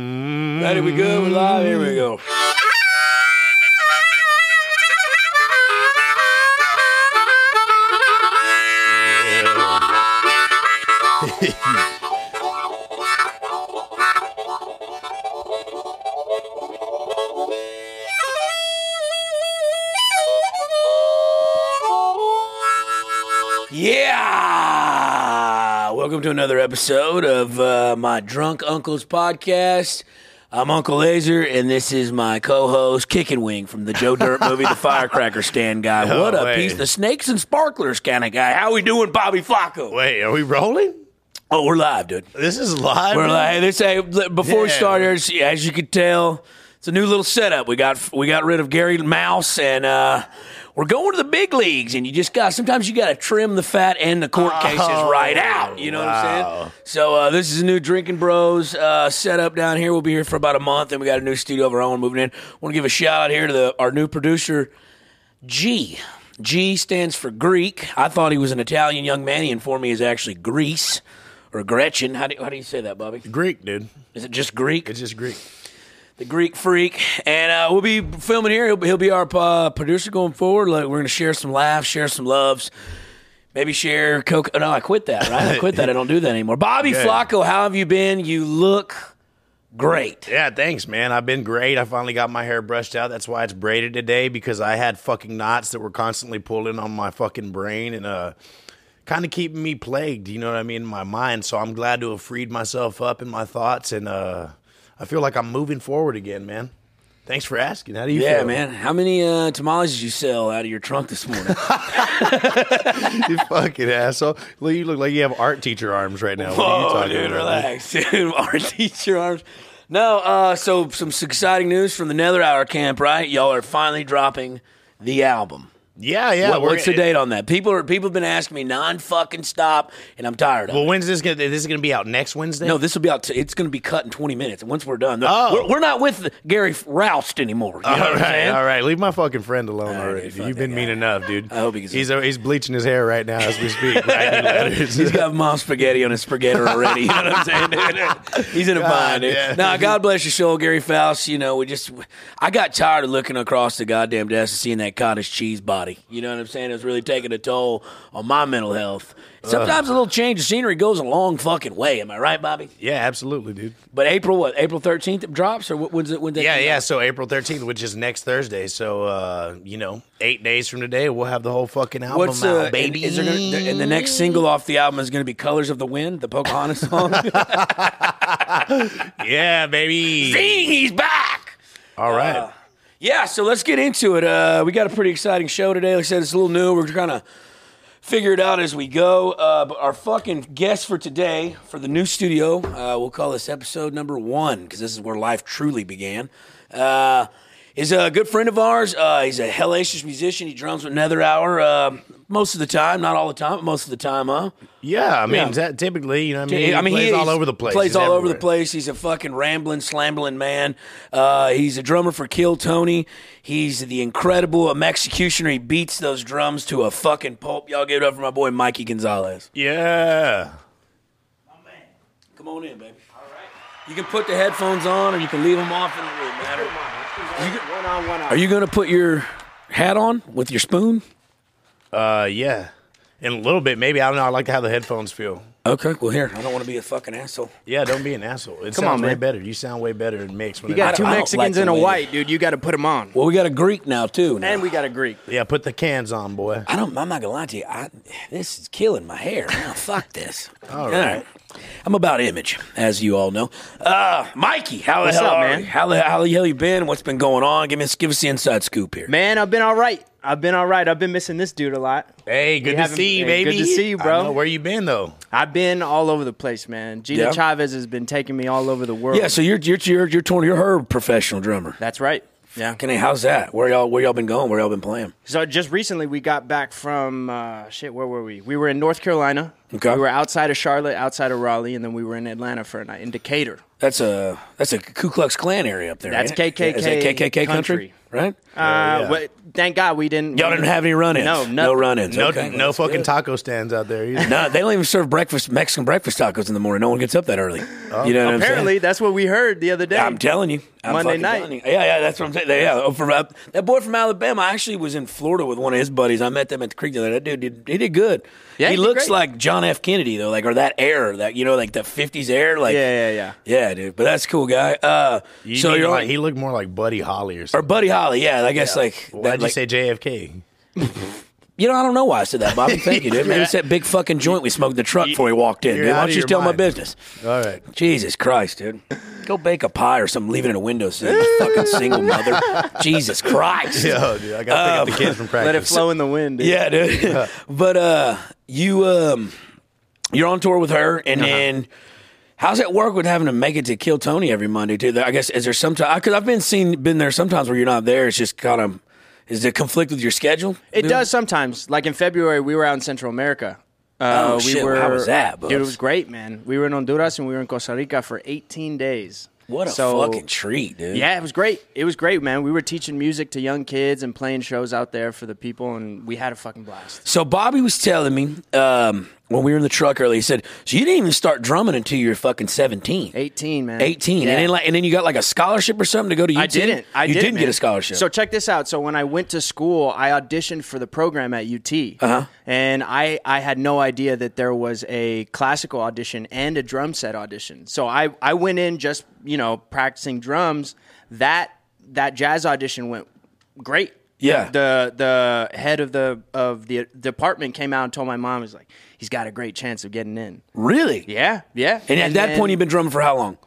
Ready? We good? We live? Here we go. Yeah! Welcome to another episode of uh, my Drunk Uncles podcast. I'm Uncle Laser, and this is my co-host Kickin' Wing from the Joe Dirt movie, The Firecracker Stand Guy. what a wait. piece of snakes and sparklers kind of guy. How we doing, Bobby Flacco? Wait, are we rolling? Oh, we're live, dude. This is live. We're like, hey, this hey, before we Yeah. started, as, as you could tell, it's a new little setup. We got we got rid of Gary Mouse, and uh, we're going to the big leagues. And you just got sometimes you got to trim the fat and the court cases right out. You know what I'm wow. saying? So uh, this is a new Drinking Bros uh, setup down here. We'll be here for about a month, and we got a new studio of our own moving in. Want to give a shout out here to the, our new producer. G. G stands for Greek. I thought he was an Italian young man. He informed me he's actually Greece or Gretchen. How do, how do you say that, Bobby? Greek, dude. Is it just Greek? It's just Greek. The Greek freak. And uh, we'll be filming here. He'll, be- he'll be our uh, producer going forward. Like, we're going to share some laughs, share some loves. Maybe share Coke. Oh, no, I quit that, right? I quit that. I don't do that anymore. Bobby Good. Flacco, how have you been? You look great. Yeah, thanks, man. I've been great. I finally got my hair brushed out. That's why it's braided today because I had fucking knots that were constantly pulling on my fucking brain and uh kind of keeping me plagued, you know what I mean, in my mind. So I'm glad to have freed myself up in my thoughts and uh I feel like I'm moving forward again, man. Thanks for asking. How do you Yeah, feel? man. Oh, How many uh, tamales did you sell out of your trunk this morning? you fucking asshole. Look, You look like you have art teacher arms right now. What are you Oh, talking dude, about? relax, dude. Our teacher arms. No, uh, so some exciting news from the Nether Hour camp, right? Y'all are finally dropping the album. Yeah, yeah. What- we're- what's the date on that? People are people have been asking me non fucking stop, and I'm tired of it. Well, when's this gonna? This is gonna be out next Wednesday. No, this will be out. T- it's going to be cut in 20 minutes. Once we're done, Oh. we're, we're not with Gary Roust anymore. You know all what I'm right, saying? all right. Leave my fucking friend alone already. dude, fuck You've that been mean enough, dude. I hope he gets- he's he's bleaching his hair right now as we speak. writing letters. He's got mom spaghetti on his spaghetti already. You know what I'm saying, dude? He's in a bind, dude. yeah. Nah, God bless your soul, Gary Faust. You know, we just, I got tired of looking across the goddamn desk and seeing that cottage cheese body. You know what I'm saying? It was really taking a toll on my mental health. Sometimes a little change of scenery goes a long fucking way. Am I right, Bobby? yeah, absolutely, dude. But April, what? April 13th it drops, or what, when's it? When's that Yeah, come yeah. out? So April thirteenth, which is next Thursday. So uh, you know, eight days from today, we'll have the whole fucking album What's out, uh, baby. baby? And, is there gonna, and the next single off the album is going to be "Colors of the Wind," the Pocahontas song. yeah, baby. Ding, he's back. All right. Uh, Yeah, so let's get into it. Uh, we got a pretty exciting show today. Like I said, it's a little new. We're going to figure it out as we go. Uh, but our fucking guest for today, for the new studio, uh, we'll call this episode number one because this is where life truly began. Uh, is a good friend of ours. Uh, he's a hellacious musician. He drums with Nether Hour uh, most of the time, not all the time, but most of the time, huh? yeah, I mean, Yeah. that typically, you know, what I mean, I mean, he plays he all he's- over the place. Plays He's all over the everywhere. place. He's a fucking rambling, slambling man. Uh, he's a drummer for Kill Tony. He's the incredible executioner. He beats those drums to a fucking pulp. Y'all give it up for my boy Mikey Gonzalez. Yeah. Come on in, baby. All right. You can put the headphones on, or you can leave them off. It don't really matter. One on one Are you gonna put your hat on with your spoon? Uh, yeah. In a little bit, maybe. I don't know. I like how the headphones feel. Okay. Well, here. I don't want to be a fucking asshole. Yeah, don't be an asshole. It Come sounds on, way man. better. You sound way better in mix. When You got I two don't- I don't Mexicans like and the a way- white, dude. You got to put them on. Well, we got a Greek now too. now. And we got a Greek. Yeah, put the cans on, boy. I don't. I'm not gonna lie to you. I, this is killing my hair. Oh, fuck this. all right. I'm about image, as you all know. Uh, Mikey, how the What's hell up, are man? you? How the how the hell you been? What's been going on? Give us give us the inside scoop here. Man, I've been all right. I've been all right. I've been missing this dude a lot. Hey, good to haven't- see you, hey, baby. good to see you, I bro. know. Where you been though? I've been all over the place, man. Gina Yeah. Chavez has been taking me all over the world. Yeah, so you're you're you're you're, torn, you're her professional drummer. that's right. Yeah. Can I, how's that? Where y'all where y'all been going? Where y'all been playing? So just recently we got back from uh, shit. Where were we? We were in North Carolina. Okay. We were outside of Charlotte, outside of Raleigh, and then we were in Atlanta for a night in Decatur. That's a that's a Ku Klux Klan area up there. That's ain't it? KKK. Is that KKK country? right? Uh, yeah. well, thank God we didn't. Oh, Y'all didn't have any run-ins. No, no nothing. run-ins. No, okay. no fucking taco stands out there. Either. No, they don't even serve breakfast Mexican breakfast tacos in the morning. No one gets up that early. you know what Apparently, that's what we heard the other day. I'm saying? I'm telling you, I'm Monday fucking night. telling you. Yeah, yeah, that's what I'm saying. Yeah, oh, from up, that boy from Alabama. I actually was in Florida with one of his buddies. I met them at the creek. the other day. That dude, did, he did good. Yeah, he he did looks great. like John F. Kennedy though, like or that air, that you know, like the '50s air, like yeah, yeah, yeah. yeah, dude. But that's cool, guy. Uh, You so need you're to- like, he looked more like Buddy Holly or or something. Buddy Holly, yeah. I guess like Why'd that, you like- say JFK? You know, I don't know why I said that, Bobby. Thank you, dude. Maybe it's that big fucking joint we smoked in the truck before we walked in. you're Dude. Why out don't you of your just tell my mind. business? All right. Jesus Christ, dude. Go bake a pie or something, leave it in a windowsill. you fucking single mother. Jesus Christ. Yo, dude, I gotta pick up the kids from practice. Um, Let it flow in the wind. dude. Yeah, dude. but uh you um you're on tour with her and Uh-huh. then how's it work with having to make it to Kill Tony every Monday too? I guess is there sometimes because I've been seen been there sometimes where you're not there. It's just kind of is it conflict with your schedule? It dude? does sometimes. Like in February, we were out in Central America. Uh, Oh, shit. How was that, Dude, it Bubs? was great, man. We were in Honduras and we were in Costa Rica for 18 days. What a So- fucking treat, dude. Yeah, it was great. It was great, man. We were teaching music to young kids and playing shows out there for the people, and we had a fucking blast. So Bobby was telling me um, when we were in the truck earlier. He said, "So you didn't even start drumming until you were fucking 17. 18, man. 18. Yeah. and then like, and then you got like a scholarship or something to go to. UT? I didn't. I you didn't, get a man. scholarship. So check this out. So when I went to school, I auditioned for the program at UT, Uh-huh. and I I had no idea that there was a classical audition and a drum set audition. So I I went in just you know practicing drums. That that jazz audition went great. Yeah. The the head of the of the department came out and told my mom was like he's got a great chance of getting in. really? Yeah, yeah. And at that then, point, you've been drumming for how long?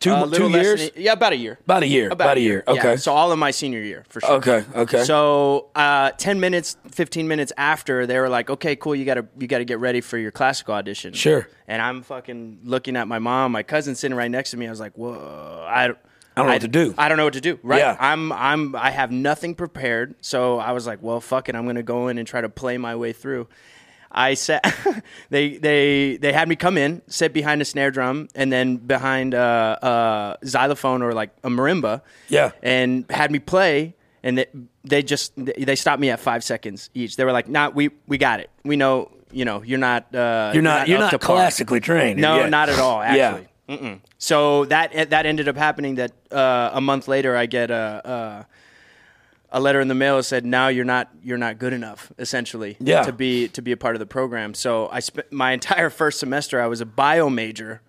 Two uh, a two little less years. than a- yeah, about a year. about a year. About, a year. Okay. Yeah, so all of my senior year for sure. okay. Okay. So uh, ten minutes, fifteen minutes after, they were like, "Okay, cool. You gotta you gotta get ready for your classical audition." Sure. And I'm fucking looking at my mom, my cousin sitting right next to me. I was like, "Whoa, I." I don't know what to do. I don't know what to do. Right. Yeah. I'm I'm I have nothing prepared. So I was like, well, fuck it. I'm gonna go in and try to play my way through. I sat they they they had me come in, sit behind a snare drum and then behind a, a xylophone or like a marimba. Yeah. And had me play and they, they just they stopped me at five seconds each. They were like, nah, we we got it. We know, you know, you're not uh you're not you're not, up to par." classically trained. No, Yeah. not at all. Yeah. Actually, Mm-mm. so that that ended up happening. That uh, a month later, I get a, a a letter in the mail that said, "Now you're not you're not good enough." Essentially, Yeah. to be to be a part of the program. So I spent my entire first semester. I was a bio major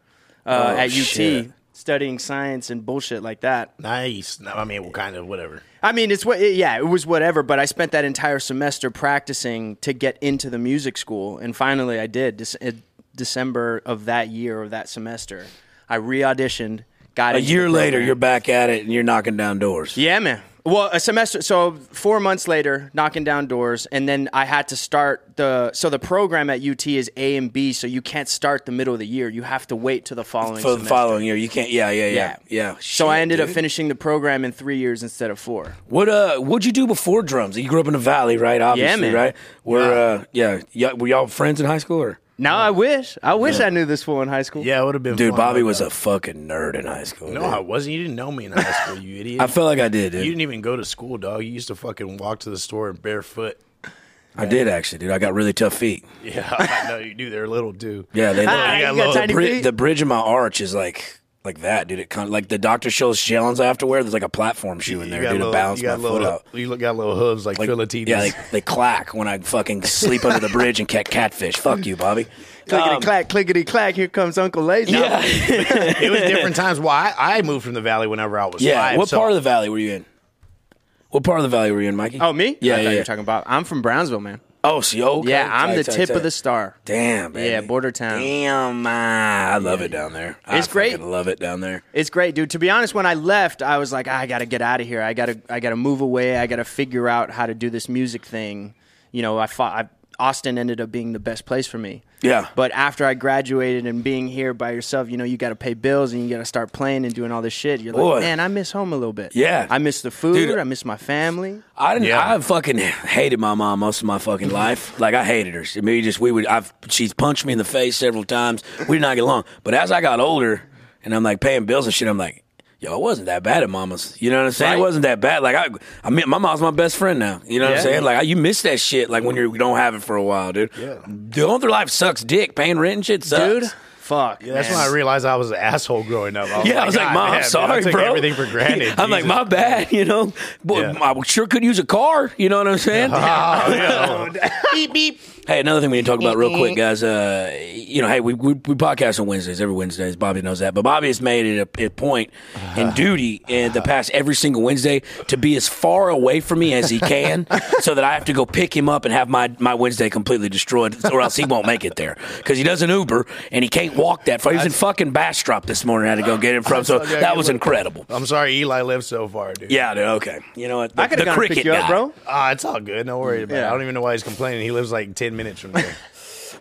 uh, Oh, at UT, shit. studying science and bullshit like that. Nice. No, I mean, well, kind of, whatever. I mean, it's what, yeah, it was whatever, but I spent that entire semester practicing to get into the music school. And finally, I did. Dec- December of that year or that semester, I re auditioned, got A into the year later, program. you're back at it and you're knocking down doors. Yeah, man. Well, a semester, so four months later, knocking down doors, and then I had to start the. So the program at UT is A and B, so you can't start the middle of the year. You have to wait till the following For the semester. following year, you can't. Yeah, yeah, yeah, yeah. So I Shit, ended up dude. finishing the program in three years instead of four. What uh? What'd you do before drums? You grew up in the valley, right? Obviously, man. right? Were uh, yeah, yeah. Were y'all friends in high school or? Now I wish, I wish I knew this fool in high school. Yeah, it would have been. Dude, fun, Bobby but, was uh, a fucking nerd in high school. No, dude. I wasn't. You didn't know me in high school, you idiot. I felt like I did, you dude. didn't even go to school, dog. You used to fucking walk to the store barefoot. I did actually, dude. I got really tough feet. Yeah, I know you do. They're little too. Yeah, they Ah, you look, got you got low. the, tiny bri- feet. the bridge of my arch is like like that, dude. It kind of, like the Dr. Schultz shellings I have to wear. There's like a platform shoe in You there, got dude, to little- balance you my got foot little- out. You look- got little hooves like, like Philippines. Yeah, they, they clack when I fucking sleep under the bridge and catch catfish. Fuck you, Bobby. Clickety Um, clack, clickety clack. Here comes Uncle Lazy. yeah, it was different times. Why I, I moved from the valley whenever I was yeah. five. What so- part of the valley were you in? What part of the valley were you in, Mikey? Oh, me? I Yeah, thought yeah. you yeah. were talking about. I'm from Brownsville, man. Oh, see, okay. yeah, I'm Tight, the tight, tip tight. of the star. Damn, baby. Yeah, border town. Damn, uh, I love it down there. I It's great. fucking Love it down there. It's great, dude. To be honest, when I left, I was like, "Ah, I gotta get out of here. I gotta, I gotta move away. I gotta figure out how to do this music thing. You know, I fought. I, Austin ended up being the best place for me. Yeah. But after I graduated and being here by yourself, you know, you got to pay bills and you got to start playing and doing all this shit. You're Boy. like, man, I miss home a little bit. Yeah. I miss the food. Dude. I miss my family. I didn't. Yeah. I fucking hated my mom most of my fucking life. Like I hated her. She, me just we would. I've she's punched me in the face several times. We did not get along. But as I got older, and I'm like paying bills and shit, I'm like, yo, it wasn't that bad at Mama's. You know what I'm saying? Right. It wasn't that bad. Like I, I mean, my mom's my best friend now. You know what Yeah. I'm saying? Like I, you miss that shit. Like when you're, you don't have it for a while, dude. Yeah. Going through life sucks. Dick, paying rent and shit sucks. dude. Fuck. That's man. when I realized I was an asshole growing up. Yeah, I was like, Oh "God Mom, damn, dude, sorry, I took bro. Everything for granted. I'm like, Jesus." my bad. You know, boy, Yeah. I sure could use a car. You know what I'm saying? Oh, yeah. beep beep. Hey, another thing we didn't talk about real quick, guys. Uh, you know, hey, we, we we podcast on Wednesdays every Wednesdays. Bobby knows that, but Bobby has made it a, a point Uh-huh. and duty in the past every single Wednesday to be as far away from me as he can, so that I have to go pick him up and have my my Wednesday completely destroyed, or else he won't make it there because he doesn't Uber and he can't walk that far. He was in fucking Bastrop this morning. I had to go get him from, so Okay, that was look. incredible. Oh, I'm sorry, Eli lived so far, dude. Yeah, dude. Okay, you know what? The, I could the have gone and cricket picked you up, guy. bro. Ah, it's all good. No worry about it. Yeah. I don't even know why he's complaining. He lives like ten minutes from there.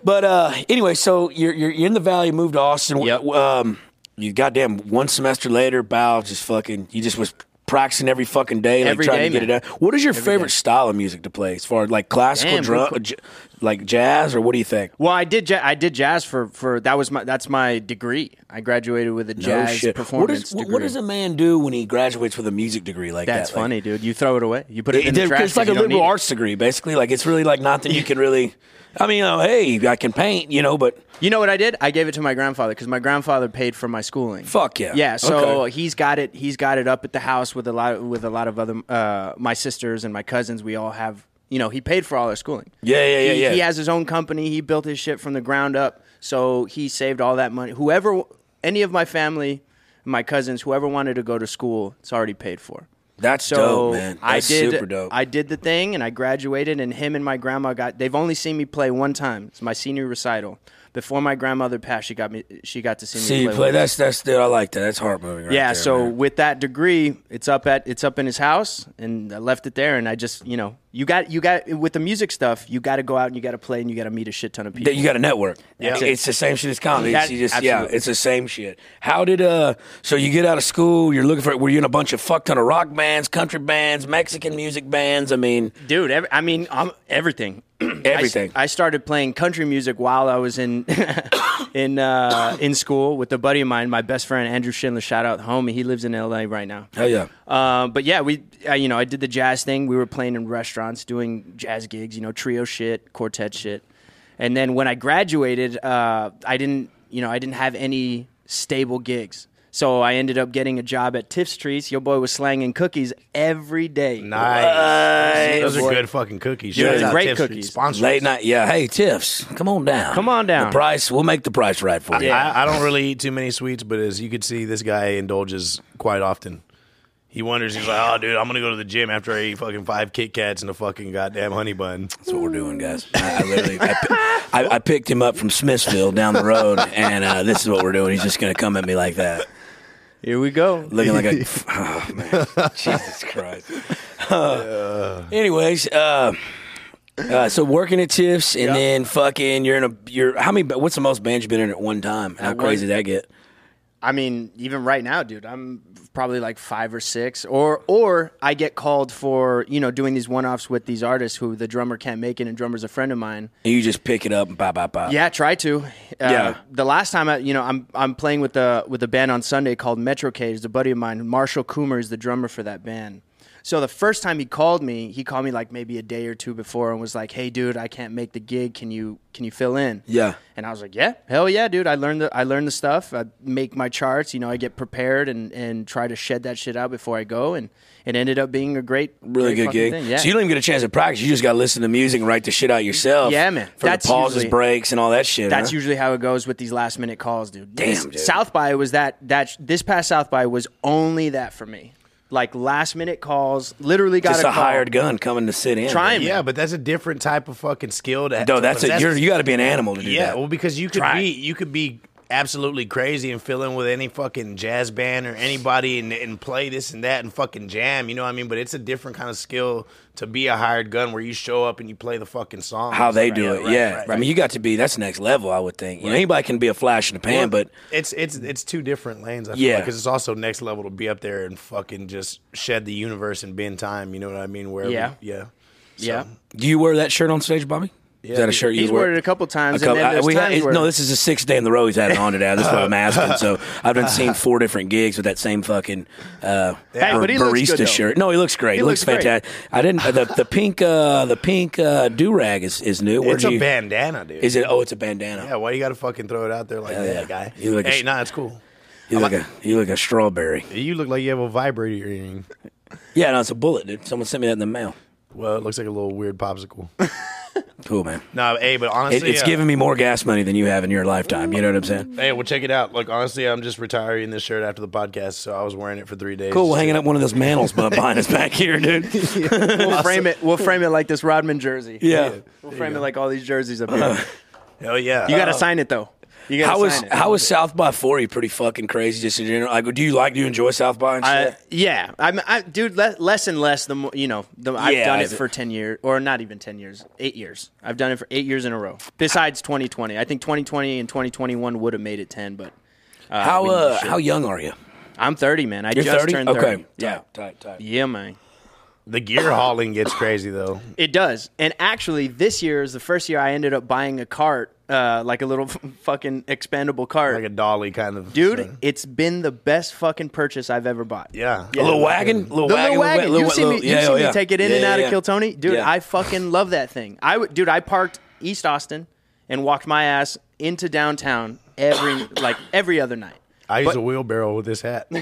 But uh, anyway, so you're, you're you're in the valley, moved to Austin. Yep. Um, you goddamn one semester later, bow just fucking. You just was practicing every fucking day, like Every trying day, to get man. it out. What is your favorite style of music to play, as far as like classical Damn, drum, real j- like jazz, or what do you think? Well, I did. Ja- I did jazz for for that was my that's my degree. I graduated with a jazz What, performance is, what, degree. what does a man do when he graduates with a music degree like That's that? Like, funny, dude. You throw it away. You put it, It- in the they're- trash. it's like a 'cause you don't liberal need it. arts degree, basically. Like it's really like nothing you can really. I mean, you know, hey, I can paint, you know, but You know what I did? I gave it to my grandfather because my grandfather paid for my schooling. Fuck yeah. Yeah. So Okay. he's got it. He's got it up at the house with a lot with a lot of other uh, my sisters and my cousins. We all have. You know, he paid for all our schooling. Yeah, yeah, yeah, He, yeah. he has his own company. He built his shit from the ground up. So he saved all that money. Whoever, any of my family, my cousins, whoever wanted to go to school, it's already paid for. that's So dope, man. I That's did. super dope. I did the thing, and I graduated. And him and my grandma got. They've only seen me play one time. It's my senior recital. Before my grandmother passed, she got me. She got to see me See, you play. play one- that's that's dude, I like that. That's heart moving. Right yeah. there, so man. with that degree, it's up at it's up in his house, and I left it there. And I just you know you got you got with the music stuff, you got to go out and you got to play and you got to meet a shit ton of people. That you got a network. Yeah, That's it. it's the same shit as comedy. That- you just yeah, absolutely. it's the same shit. How did uh? So you get out of school, you're looking for. Were you in a bunch of fuck ton of rock bands, country bands, Mexican music bands? I mean, dude. Every, I mean, i everything. Everything. I, I started playing country music while I was in in uh, in school with a buddy of mine, my best friend Andrew Schindler. Shout out, homie. He lives in L.A. right now. hell yeah. Uh, but yeah, we uh, you know I did the jazz thing. We were playing in restaurants, doing jazz gigs, you know, trio shit, quartet shit. And then when I graduated, uh, I didn't you know I didn't have any stable gigs. So I ended up getting a job at Tiff's Trees. Your boy was slanging cookies every day. Nice. Those are boy. good fucking cookies. Yeah, Shout out great Tiff's cookies. Sponsors. Late night, yeah. Hey, Tiffs, come on down. Come on down. The price, we'll make the price right for you. I, I don't really eat too many sweets, but as you can see, this guy indulges quite often. He wonders, he's like, oh, dude, I'm going to go to the gym after I eat fucking five Kit Kats and a fucking goddamn honey bun. That's what we're doing, guys. I, I literally, I, pi- I, I picked him up from Smithsville down the road, and uh, this is what we're doing. He's just gonna come at me like that. Here we go. looking like a oh, man. Jesus Christ. Uh, Anyways, uh, uh, so working at Tiff's and then fucking you're in a you're how many ba- what's the most bands you've been in at one time? How one- crazy did that get? I mean, even right now, dude, I'm probably like five or six, or or I get called for you know doing these one offs with these artists who the drummer can't make it, and drummer's a friend of mine. And you just pick it up and bop bop bop. Yeah, try to. Uh, Yeah. The last time I, you know, I'm I'm playing with the with a band on Sunday called Metro Cage. A buddy of mine, Marshall Coomer, is the drummer for that band. So the first time he called me, he called me like maybe a day or two before and was like, "Hey, dude, I can't make the gig. Can you can you fill in?" Yeah. And I was like, "Yeah, hell yeah, dude. I learned the I learned the stuff. I make my charts. You know, I get prepared and and try to shed that shit out before I go. And it ended up being a great, Really great good fucking gig. Thing. Yeah. So you don't even get a chance to practice. You just got to listen to music and write the shit out yourself. Yeah, man. For That's the pauses, usually- breaks, and all that shit. That's huh? usually how it goes with these last minute calls, dude. Damn, This- dude. South by was that that this past South by was only that for me. Like last minute calls, literally got just a, a call. hired gun coming to sit in. Trying, Yeah, but that's a different type of fucking skill. To No, that's it. that's- You're, you got to be an animal to do Yeah, that. well, because you could Try. be you could be absolutely crazy and fill in with any fucking jazz band or anybody and, and play this and that and fucking jam. You know what I mean? But it's a different kind of skill to be a hired gun where you show up and you play the fucking song. how they do Right, it. right, yeah, right, I mean, you got to be that's next level. I would think. You know, anybody can be a flash in the pan, but it's it's it's two different lanes. I feel Yeah. because it's also next level to be up there and fucking just shed the universe and bend time. You know what I mean? Where Yeah. yeah, Yeah. do you wear that shirt on stage, Bobby? is that a shirt you He's wore? worn it a couple times, and then I- there's we had- times where- no, this is the sixth day in the row he's had it on today. That's what I'm asking. So I've been seeing four different gigs with that same fucking uh, Hey, bar- but he barista looks good, though. shirt. No, he looks great. He looks, looks great. fantastic. I didn't uh, the, the pink uh, the pink uh, do rag is, is new. Where'd It's a you- bandana, dude. Is it? Oh, it's a bandana. yeah, why you got to fucking throw it out there like Hell that, yeah. guy? You look a hey, sh- nah, it's cool. You look a you look a strawberry. You look like you have a vibrator earring. Yeah, no, it's a bullet, dude. Someone sent me that in the mail. Well, it looks like a little weird popsicle. Cool, man. no, hey, but It, honestly, it's uh, giving me more gas money than you have in your lifetime. You know what I'm saying? Hey, well, check it out. Like, honestly, I'm just retiring this shirt after the podcast, so I was wearing it for three days. Cool. We're hanging up one of those mantles behind us back here, dude. We'll frame it. We'll frame it like this Rodman jersey. Yeah. We'll frame it like all these jerseys up here. Hell yeah! Uh, You got to sign it though. You got How to was sign it. how was South by Forty pretty fucking crazy just in general? Like, do you like do you enjoy South by and I, shit? yeah, I'm, I, dude. Le- less and less. The more, you know, the, I've Yeah, done it is it- for ten years, or not even ten years, eight years. I've done it for eight years in a row. Besides 2020, I think 2020 and 2021 would have made it ten, but uh, how we need uh, to- how young are you? I'm 30, man. I You're just thirty. turned Okay, 30. yeah, tight, tight. Yeah, man. the gear hauling gets crazy though. It does. And actually, this year is the first year I ended up buying a cart, uh, like a little fucking expandable cart. like a dolly kind of Dude, so- it's been the best fucking purchase I've ever bought. Yeah. A little wagon, little The wagon, little wagon. little- you've seen me, little- you've yeah, seen yeah. me take it in Yeah, and out yeah, of yeah. Kiltony. Dude, Yeah. I fucking love that thing. I would, dude, I parked East Austin and walked my ass into downtown every like every other night. I use a wheelbarrow with this hat. you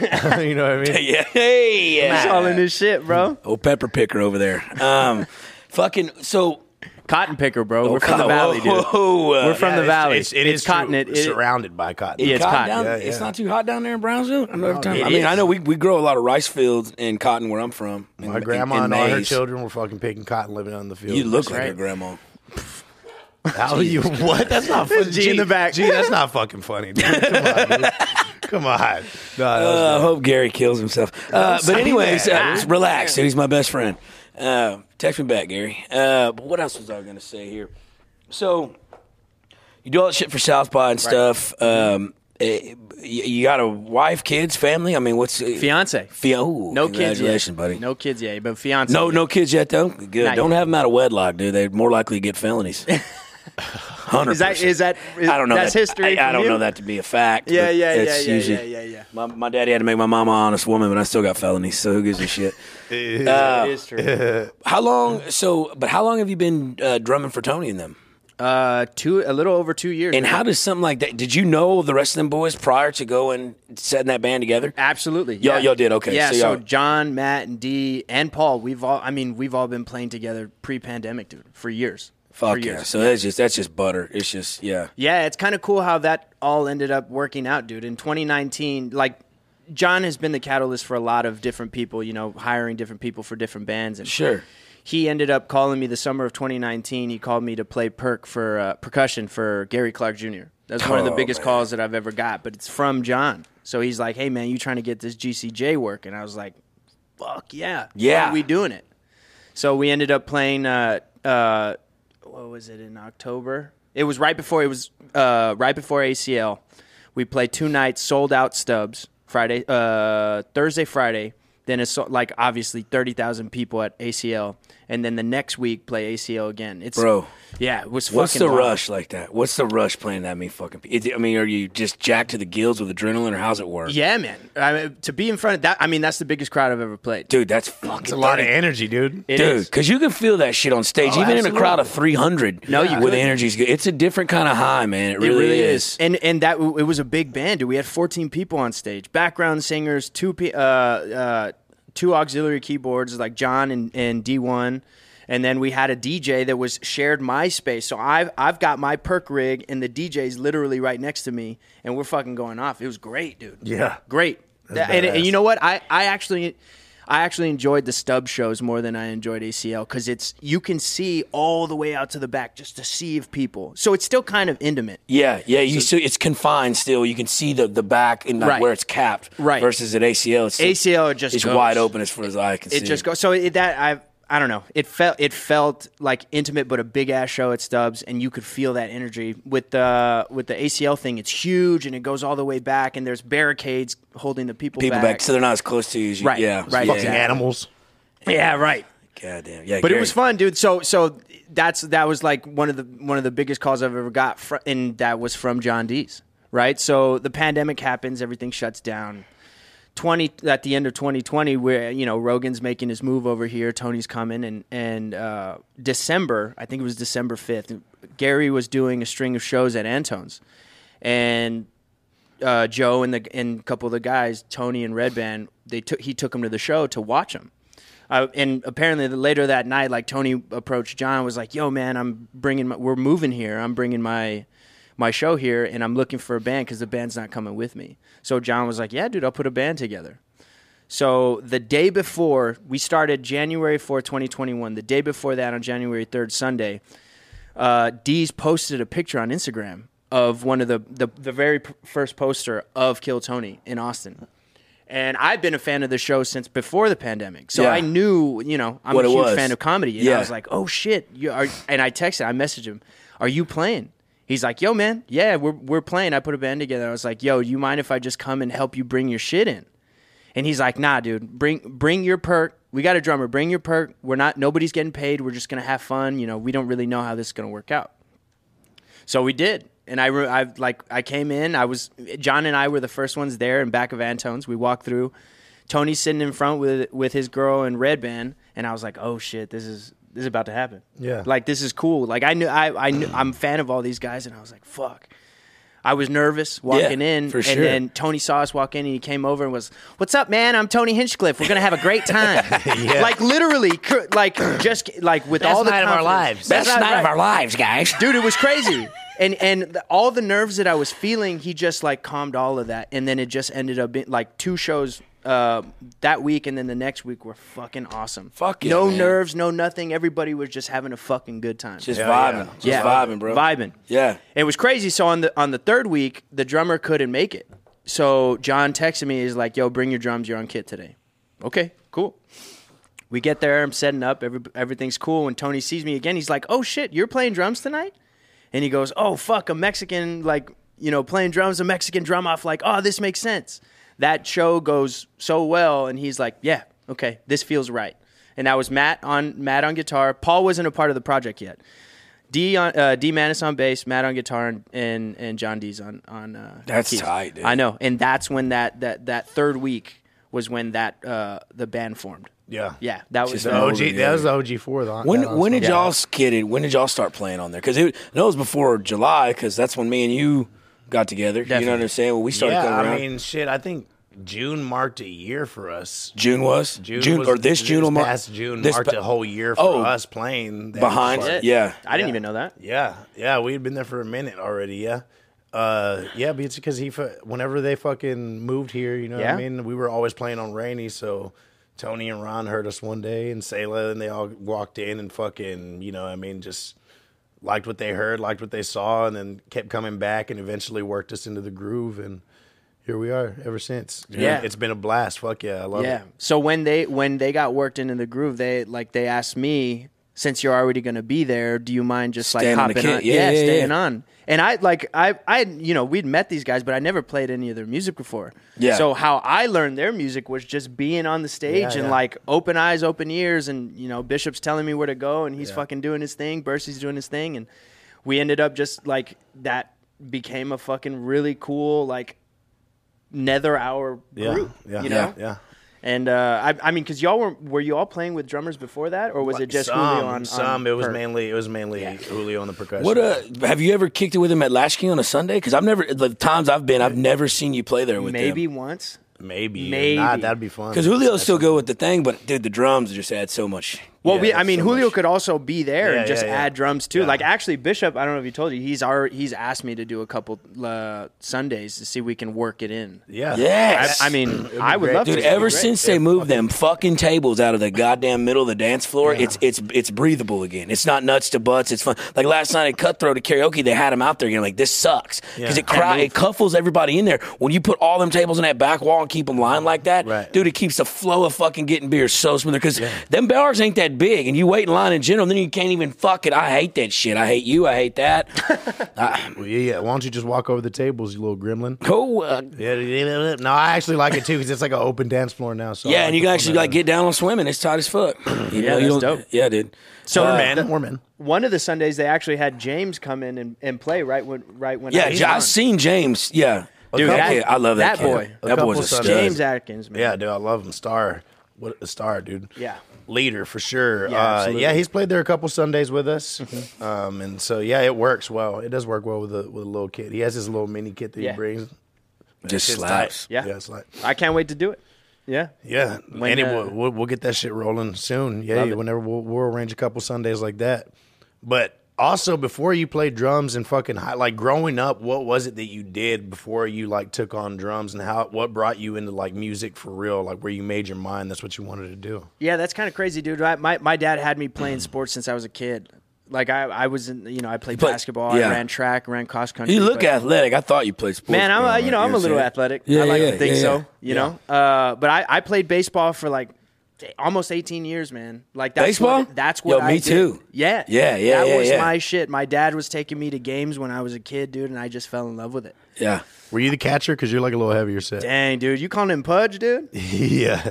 know what I mean? yeah, hey, yeah. Selling this shit, bro. Old pepper picker over there. Um, fucking so. Cotton picker, bro. We're from the Oh, Whoa, valley, dude. whoa, uh, We're from Yeah, the it's- valley. It's, it it's is cotton. true. It, it- surrounded by cotton. Yeah, it's cotton cotton. down- Yeah, It's yeah. not too hot down there in Brownsville. I, don't know every time. it I mean, I is. know we, we grow a lot of rice fields and cotton where I'm from. and- My and- grandma and, and all her maize. children were fucking picking cotton, living on the field. You look That's like right. your grandma. How you? What? That's not funny. G in the back. Gee, that's not fucking funny. Dude. Come on. Dude. Come on. No, that was Uh, I hope Gary kills himself. Uh, but say anyways, that. uh, just relax. Dude, he's my best friend. Uh, text me back, Gary. Uh, but what else was I going to say here? So you do all that shit for South by and stuff. Um, eh, y- you got a wife, kids, family. I mean, what's Fiance. Fia- ooh, No kids congratulations, yet. buddy. No kids yet, but fiance. No, no kids yet though. Good. Not don't yet. have them out of wedlock, dude. They're more likely to get felonies. Hundred. Is that is that? Is, I don't know. That's that- history. I, I from don't you? know that to be a fact. Yeah, but yeah, yeah, that's yeah, yeah, usually- yeah, yeah. My, my daddy had to make my mama an honest woman, but I still got felonies. So who gives a shit? Uh, it is true. how long? So, but how long have you been uh, drumming for Tony and them? Uh, two a little over two years. And now. how does something like that? Did you know the rest of them boys prior to going setting that band together? Absolutely. Y'all- yeah. y'all did, okay. Yeah. So So, y'all- John, Matt, and D and Paul, we've all. I mean, we've all been playing together pre-pandemic, dude, for years. for Fuck yeah! years. So that's just that's just butter. It's just yeah. Yeah, it's kind of cool how that all ended up working out, dude. In 2019, like John has been the catalyst for a lot of different people. You know, hiring different people for different bands and Sure. He ended up calling me the summer of 2019. He called me to play perk for uh, percussion for Gary Clark Jr. That's one of the Oh, biggest man. calls that I've ever got, but it's from John. So he's like, "Hey man, you trying to get this GCJ work?" And I was like, "Fuck yeah, Yeah. When we doing it." So we ended up playing. Uh, uh, what was it in October? It was right before it was uh, right before ACL. We played two nights, sold out stubs Friday, uh, Thursday, Friday. Then it's so- like obviously thirty thousand people at ACL, and then the next week play ACL again. It's Bro. yeah, it was What's fucking the wild. rush like that? What's the rush playing that many fucking? pe- Is it, I mean, are you just jacked to the gills with adrenaline, or how's it work? Yeah, man. I mean, to be in front of that, I mean, that's the biggest crowd I've ever played. dude, that's fucking It's a lot of 30 energy, dude. It dude, is. because you can feel that shit on stage, even in a crowd of three hundred. No, Oh, you with couldn't. energy's good. It's a different kind of high, man. It really, is. And and that it was a big band. Dude. We had 14 people on stage, background singers, two pe- uh, uh, two auxiliary keyboards like John and, and D1. And then we had a DJ that was shared my space. So I've I've got my perk rig and the DJ's literally right next to me and we're fucking going off. It was great, dude. Yeah. Great. That's and, and badass. you know what? I, I actually I actually enjoyed the stub shows more than I enjoyed ACL because it's you can see all the way out to the back just to see of people. So it's still kind of intimate. yeah, yeah. You still, it's confined still. You can see the the back and like Right. where it's capped. Right. Versus at ACL, it's ACL just it's goes. wide open as far as I can see. It just goes. So it, that I I don't know. It felt it felt like intimate, but a big ass show at Stubbs, and you could feel that energy with the with the ACL thing. It's huge, and it goes all the way back, and there's barricades holding the people people back. back. so they're not as close to you. As you Right, Yeah. right, Yeah. Fucking animals. yeah, right. God damn. Yeah, but Gary. it was fun, dude. So so that's that was like one of the one of the biggest calls I've ever got, fr- and that was from John Dee's. Right. So the pandemic happens, everything shuts down. Twenty at the end of 2020, where you know Rogan's making his move over here, Tony's coming, and and uh, December, I think it was December 5th. Gary was doing a string of shows at Antone's, and uh, Joe and the and a couple of the guys, Tony and Red Band, they took he took him to the show to watch him. Uh, and apparently the, later that night, like Tony approached John, was like, "Yo, man, I'm bringing my, we're moving here. I'm bringing my my show here, and I'm looking for a band because the band's not coming with me." So John was like, "Yeah, dude, I'll put a band together." So the day before we started January 4, 2021, the day before that on January 3rd, Sunday, uh, Dee's posted a picture on Instagram of one of the the, the very p- first poster of Kill Tony in Austin. And I've been a fan of the show since before the pandemic, so Yeah. I knew, you know, I'm What a it huge was. fan of comedy. And Yeah. I was like, oh shit, you are. And I texted, I messaged him, are you playing? He's like, yo, man, yeah, we're we're playing. I put a band together. I was like, yo, you mind if I just come and help you bring your shit in? And he's like, "Nah, dude, bring bring your perk. We got a drummer. Bring your perk. We're not nobody's getting paid. We're just gonna have fun. You know, we don't really know how this is gonna work out." So we did, and I re- I like I came in. I was John and I were the first ones there in back of Antone's. We walked through. Tony's sitting in front with with his girl and Red Band, and I was like, "Oh shit, this is this is about to happen." Yeah. like this is cool. Like I knew I I knew, I'm a fan of all these guys, and I was like, "Fuck." I was nervous walking Yeah, in, for and sure. then Tony saw us walk in, and he came over and was, "What's up, man? I'm Tony Hinchcliffe. We're gonna have a great time." Like literally, cr- like just like with all the confidence. best That's night right. of our lives, guys. dude. It was crazy, and and the, all the nerves that I was feeling, he just like calmed all of that, and then it just ended up being like two shows. Uh, that week and then the next week were fucking awesome. Fuck yeah, no man. nerves, no nothing. Everybody was just having a fucking good time. Just Hell yeah. vibing. Just Yeah. vibing, bro. Vibing. Yeah. It was crazy. So on the on the third week, the drummer couldn't make it. So John texted me, he's like, "Yo, bring your drums. You're on kit today." Okay, cool. We get there. I'm setting up. Every, everything's cool. When Tony sees me again, he's like, "Oh shit, you're playing drums tonight?" And he goes, "Oh fuck, a Mexican like you know playing drums, a Mexican drum off. Like, oh, this makes sense." That show goes so well, and he's like, "Yeah, okay, this feels right." And that was Matt on Matt on guitar. Paul wasn't a part of the project yet. D on uh, D Manis on bass, Matt on guitar, and and, and John D's on on. Uh, That's keys. tight, dude. I know, and that's when that that that third week was when that uh, the band formed. Yeah. yeah, that was Just the- The OG, Yeah. that was the OG four. The, When that when did ensemble. y'all skid it? When did y'all start playing on there? Because it, no, it was before July. Because that's when me and you got together. You know what I'm saying? When we started Yeah, coming I around. mean, shit. I think June marked a year for us. June was June, was- or this June will mark past June this marked pa- a whole year for Oh, us playing that behind. part. Yeah. I didn't even know that. Yeah, yeah, we had been there for a minute already. Yeah, uh, yeah, but it's because he, fu- whenever they fucking moved here, you know what I Yeah. mean. We were always playing on rainy, so Tony and Ron heard us one day and Sayla, and they all walked in and fucking, you know, what I mean, just liked what they heard, liked what they saw, and then kept coming back, and eventually worked us into the groove, and here we are ever since. You know, Yeah. it's been a blast. Fuck yeah, I love Yeah. it. So when they when they got worked into the groove, they like they asked me, since you're already going to be there, do you mind just like Staying on the hopping kit. on? Yeah, yeah, yeah. staying on. And I like I I you know we'd met these guys, but I never played any of their music before. Yeah. So how I learned their music was just being on the stage Yeah, and yeah. like open eyes, open ears, and you know Bishop's telling me where to go, and he's fucking doing his thing, Bercy's doing his thing, and we ended up just like that became a fucking really cool like nether hour Yeah, group. yeah, you know. yeah, yeah. And uh, I, I mean, because y'all were were you all playing with drummers before that, or was it just some, Julio on on some? It was perk? mainly it was mainly Julio on the percussion. What uh, have you ever kicked it with him at Lash King on a Sunday? Because I've never the times I've been, I've never seen you play there with maybe once. Maybe, Maybe. If not that'd be fun. Because Julio's still good with the thing, but dude, the drums just add so much. Well, Yeah, we I that's mean, so Julio much. could also be there Yeah, and just yeah, yeah. add drums too. Yeah. Like actually, Bishop, I don't know if he told you, he's our he's asked me to do a couple uh, Sundays to see if we can work it in. Yeah. I, Yes, I mean, I would great. love Dude, to. ever since they moved them fucking tables out of the goddamn middle of the dance floor, it's it's it's breathable again. It's not nuts to butts. It's fun. Like last night at Cutthroat at karaoke, they had them out there again. Like this sucks because Yeah. it cry, it cuffles everybody in there. When you put all them tables in that back wall and keep them lined like that, Right. dude, it keeps the flow of fucking getting beer so smooth. Because them bars ain't that get big and you wait in line in general, and then you can't even fuck it. I hate that shit. I hate you. I hate that. Well, yeah, yeah. Why don't you just walk over the tables, you little gremlin? oh, uh, Yeah, yeah, yeah, yeah. no, I actually like it too because it's like an open dance floor now. So yeah, and you can actually like get down on swimming. It's tight as fuck. You know, that's you don't- dope. Yeah, dude. Uh, So Mormon, Mormon. one of the Sundays they actually had James come in and, and play right when right when I Yeah, was I've on. seen James. Yeah, Dude, That that- kid- I love that, kid. that boy. A That couple boy's a Sundays. stud. James Atkins, man. Yeah, dude, I love him. Star, what a star, dude. Yeah. leader for sure. Yeah, uh, absolutely. Mm-hmm. yeah, he's played there a couple Sundays with us, um, and so yeah, it works well. It does work well with a with a little kid. He has his little mini kit that Yeah. he brings. Just Shit's slaps. tight. Yeah. yeah, it's like I can't wait to do it. Yeah. yeah. When, and it, uh, we'll, we'll we'll get that shit rolling soon. Yeah, it. whenever we'll, we'll arrange a couple Sundays like that, but. Also, before you played drums and fucking high, like growing up, what was it that you did before you like took on drums and how what brought you into like music for real? Like where you made your mind, that's what you wanted to do. Yeah, that's kind of crazy, dude. I, my my dad had me playing sports since I was a kid. Like I, I was in, you know, I played But- basketball, yeah. I ran track, ran cross country. You look but- athletic. I thought you played sports. man, I'm growing a, up, you know I'm what a little saying? athletic. Yeah, I like yeah, to think yeah, so. yeah. You know, uh, but I, I played baseball for like almost 18 years, man. Like that's Baseball? What, that's what Yo, I me did. too. Yeah, Yeah, yeah, That yeah, was yeah. my shit. My dad was taking me to games when I was a kid, dude, and I just fell in love with it. Yeah. Were you the catcher? Because you're like a little heavier set. Dang, dude, you calling him Pudge, dude? yeah,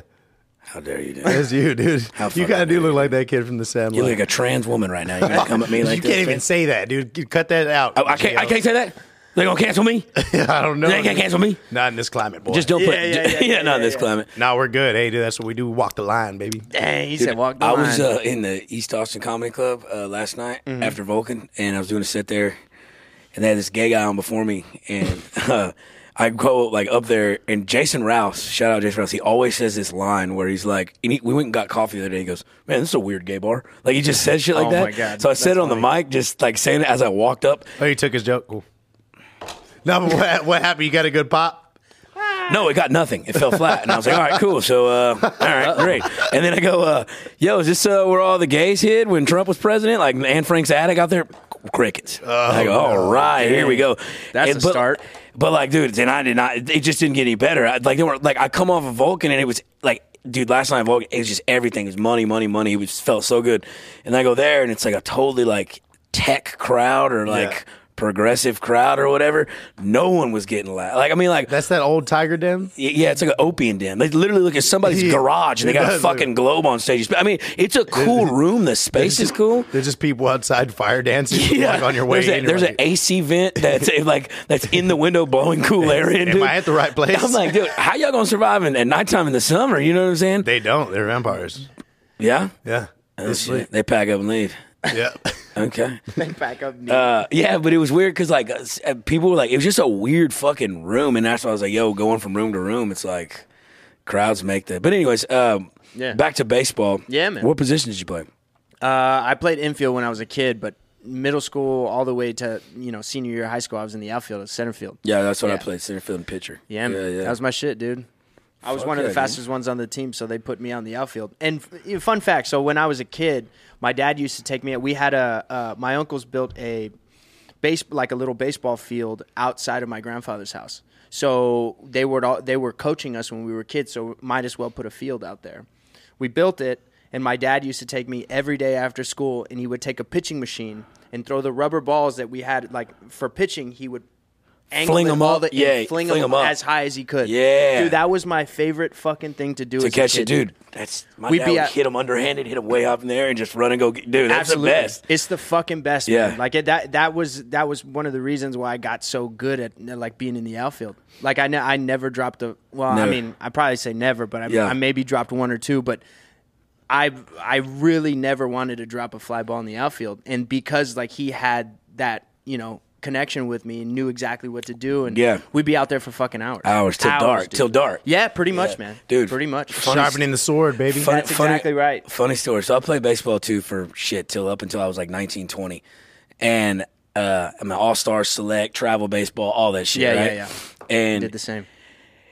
How dare you do? that? that's you, dude. you fucking kind of do look like that kid from the Sandlot. You look like a trans woman right now. You're gonna come at me You like can't this, even man? say that, Oh, dude. You cut that out. I, I can't. I can't say that. They gonna cancel me? I don't know. They can't cancel me. Not in this climate, boy. Just don't Yeah, put. yeah, yeah, yeah, not in yeah, this yeah. climate. No, we're good. Hey, dude, that's what we do. We walk the line, baby. Dang, he said walk the I line. Mm-hmm. was uh, in the East Austin Comedy Club uh, last night after Vulcan, and I was doing a set there, and they had this gay guy on before me, and uh, I go like up there, and Jason Rouse, shout out Jason Rouse, he always says this line where he's like, and he, we went and got coffee the other day, he goes, man, this is a weird gay bar, like he just says shit like Oh, that. my God. So I said That's it on the mic, just like saying it as I walked up. Oh, you took his joke. Cool. No, but what, what happened? You got a good pop? No, it got nothing. It fell flat, and I was like, all right, cool. So uh, all right, great. And then I go, uh, yo, is this uh, where all the gays hid when Trump was president? Like Anne Frank's attic out there, crickets. I go, all right, here we go. Oh, That's And- a but- start. But like, dude, and I did not. It just didn't get any better. I, like they were like I come off of Vulcan, and it was like, dude, last night at Vulcan, it was just everything. It was money, money, money. It was, felt so good. And I go there, and it's like a totally like tech crowd or like. Yeah. Progressive crowd or whatever, no one was getting loud. Like I mean, like That's that old tiger den. Y- Yeah, it's like an opium den. They literally look at somebody's Yeah. garage and they It got a does look- fucking globe on stage. I mean, it's a cool room. The space is cool. There's just people outside fire dancing. Like on your way there's, a- in. you're there's like, an AC vent that's eh, like that's in the window blowing cool air in. Am dude. I at the right place? I'm like, dude, how y'all gonna survive in, at nighttime in the summer? You know what I'm saying? They don't. They're vampires. yeah, Yeah. Oh, shit. they pack up and leave. Yeah. Okay. back up. Uh, yeah, but it was weird because like uh, s- uh, people were like, it was just a weird fucking room, and that's why I was like, yo, going from room to room, it's like crowds make that. But anyways, um, Yeah. back to baseball. Yeah, man. What position did you play? Uh, I played infield when I was a kid, but middle school all the way to you know senior year of high school, I was in the outfield, at center field. Yeah, that's what I Yeah. played, center field and pitcher. Yeah, man. that was my shit, dude. I was Fuck one of yeah, the dude. fastest ones on the team, so they put me on the outfield. And f- you know, fun fact: so when I was a kid, my dad used to take me. We had a uh, my uncles built a base like a little baseball field outside of my grandfather's house. So they were all, they were coaching us when we were kids, so might as well put a field out there. We built it, and my dad used to take me every day after school, and he would take a pitching machine and throw the rubber balls that we had like for pitching. He would angle Fling it 'em all up. the- and Yeah, fling, fling them 'em up. as high as he could. Yeah. dude, that was my favorite fucking thing to do. to as catch a a kid. dude. That's my We'd dad be would at- hit him underhanded, hit him way up in there, and just run and go. get- Dude, that's Absolutely, the best. it's the fucking best. Yeah. man. like it, that. That was that was one of the reasons why I got so good at like being in the outfield. Like I, ne- I never dropped a. Well, I Never. mean, I probably say never, but I, Yeah. I maybe dropped one or two, but. I I really never wanted to drop a fly ball in the outfield, and because like he had that you know connection with me and knew exactly what to do, and Yeah. we'd be out there for fucking hours, Hours till dark, dude. till dark. Yeah, pretty much, Yeah. man. Dude. pretty much. Sharpening the sword, baby. Funny- That's exactly right. Funny story. So I played baseball too for shit till up until I was like 19, 20. And uh, I'm an all star select, travel baseball, all that shit. Yeah, yeah, right? yeah. And Did the same.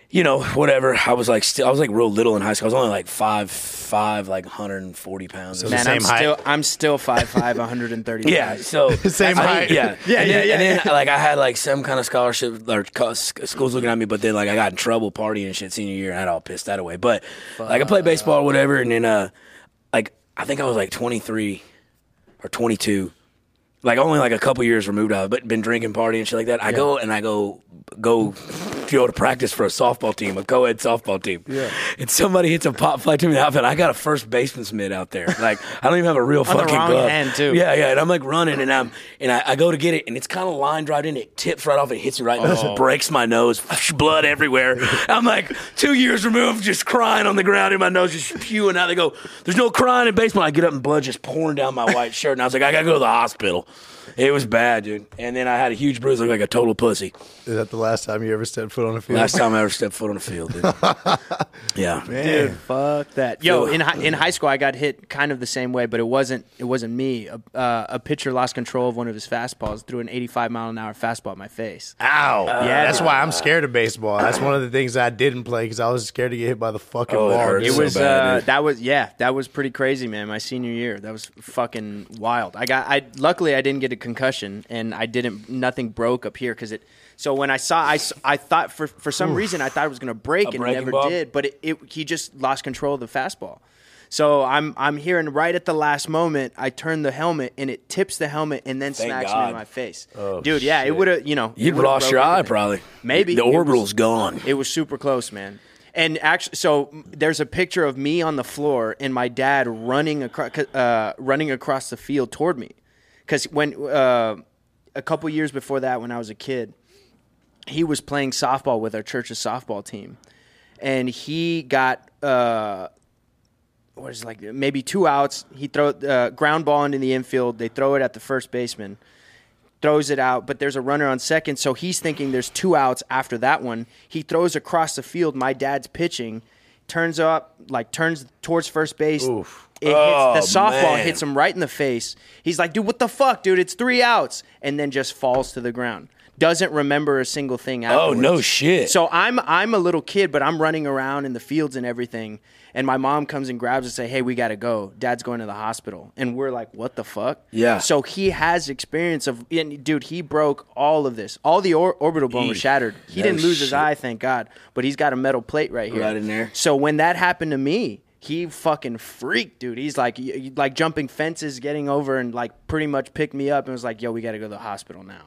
you know, whatever. I was like, still, I was like real little in high school. I was only like five, five, like 140 pounds. So or the Man, same I'm height. still I'm still five five, 130. Yeah, so Same I- height. Yeah, Yeah, and yeah, then, yeah, And then like I had like some kind of scholarship or co- sc- schools looking at me, but then like I got in trouble partying and shit senior year, and I would all pissed that away. But like I played baseball, or whatever, and then uh, like I think I was like 23 or 22, like only like a couple years removed. I've but been drinking, party and shit like that. I go and I go go go to practice for a softball team, a co-ed softball team. Yeah. And somebody hits a pop fly to me in the outfit. I got a first baseman's mitt out there. Like I don't even have a real the fucking wrong glove. hand, too. Yeah, yeah. And I'm like running and I'm and I, I go to get it and it's kind of line drive in. It tips right off. It hits me right in the nose. It breaks my nose. Blood everywhere. I'm like two years removed, just crying on the ground in my nose, just spewing out. They go, "There's no crying in baseball." I get up and blood just pouring down my white shirt, and I was like, "I gotta go to the hospital." It was bad, dude. And then I had a huge bruise. I looked like a total pussy. Is that the last time you ever stepped foot on a field? Last time I ever stepped foot on a field, dude. Yeah. Man. Fuck that. Yo, in hi- in high school, I got hit kind of the same way, but it wasn't it wasn't me. A, uh, a pitcher lost control of one of his fastballs, threw an 85 mile an hour fastball at my face. Ow. Uh, yeah, that's dude. why I'm scared of baseball. That's one of the things I didn't play because I was scared to get hit by the fucking Oh, it ball. hurts. dude. It So was bad, uh, dude. that was yeah that was pretty crazy, man. My senior year, that was fucking wild. I got I luckily I didn't get a concussion and I didn't nothing broke up here because it. So when I saw I, s- I thought for for some reason I thought it was gonna break and it breaking never ball? did, but it, it he just lost control of the fastball. So I'm I'm hearing right at the last moment I turn the helmet and it tips the helmet and then Thank smacks me God. in my face. Dude, yeah, it would have you know it You'd would've lost broke your eye, everything. probably. Maybe. the It was- orbital's gone. It was super close, man. And actually, so there's a picture of me on the floor and my dad running across, uh, running across the field toward me, because when uh, a couple years before that, when I was a kid, he was playing softball with our church's softball team, and he got uh, what is it, like maybe two outs. He throw uh, ground ball into the infield. They throw it at the first baseman throws it out, but there's a runner on second, so he's thinking there's two outs after that one. He throws across the field. My dad's pitching, turns up, like turns towards first base. It Oh, hits the softball man. hits him right in the face. He's like, dude, what the fuck, dude? It's three outs, and then just falls to the ground. Doesn't remember a single thing. Afterwards. Oh, no shit. So I'm I'm a little kid, but I'm running around in the fields and everything. And my mom comes and grabs us and say, "Hey, we gotta go. Dad's going to the hospital." And we're like, "What the fuck?" Yeah. So he has experience of, and dude, he broke all of this. All the or- orbital bone was Eesh. shattered. He No didn't lose his shit. eye, thank God. But he's got a metal plate right here, Right in there. So when that happened to me. He fucking freaked, dude. He's like, y- y- like jumping fences, getting over, and like pretty much picked me up and was like, "Yo, we got to go to the hospital now."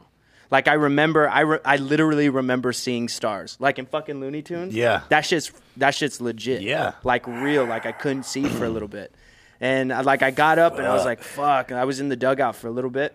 Like I remember, I re- I literally remember seeing stars, like in fucking Looney Tunes. Yeah. that shit's that shit's legit. Yeah. like real. Like I couldn't see for a little bit, and I, like I got up and I was like, "Fuck!" And I was in the dugout for a little bit.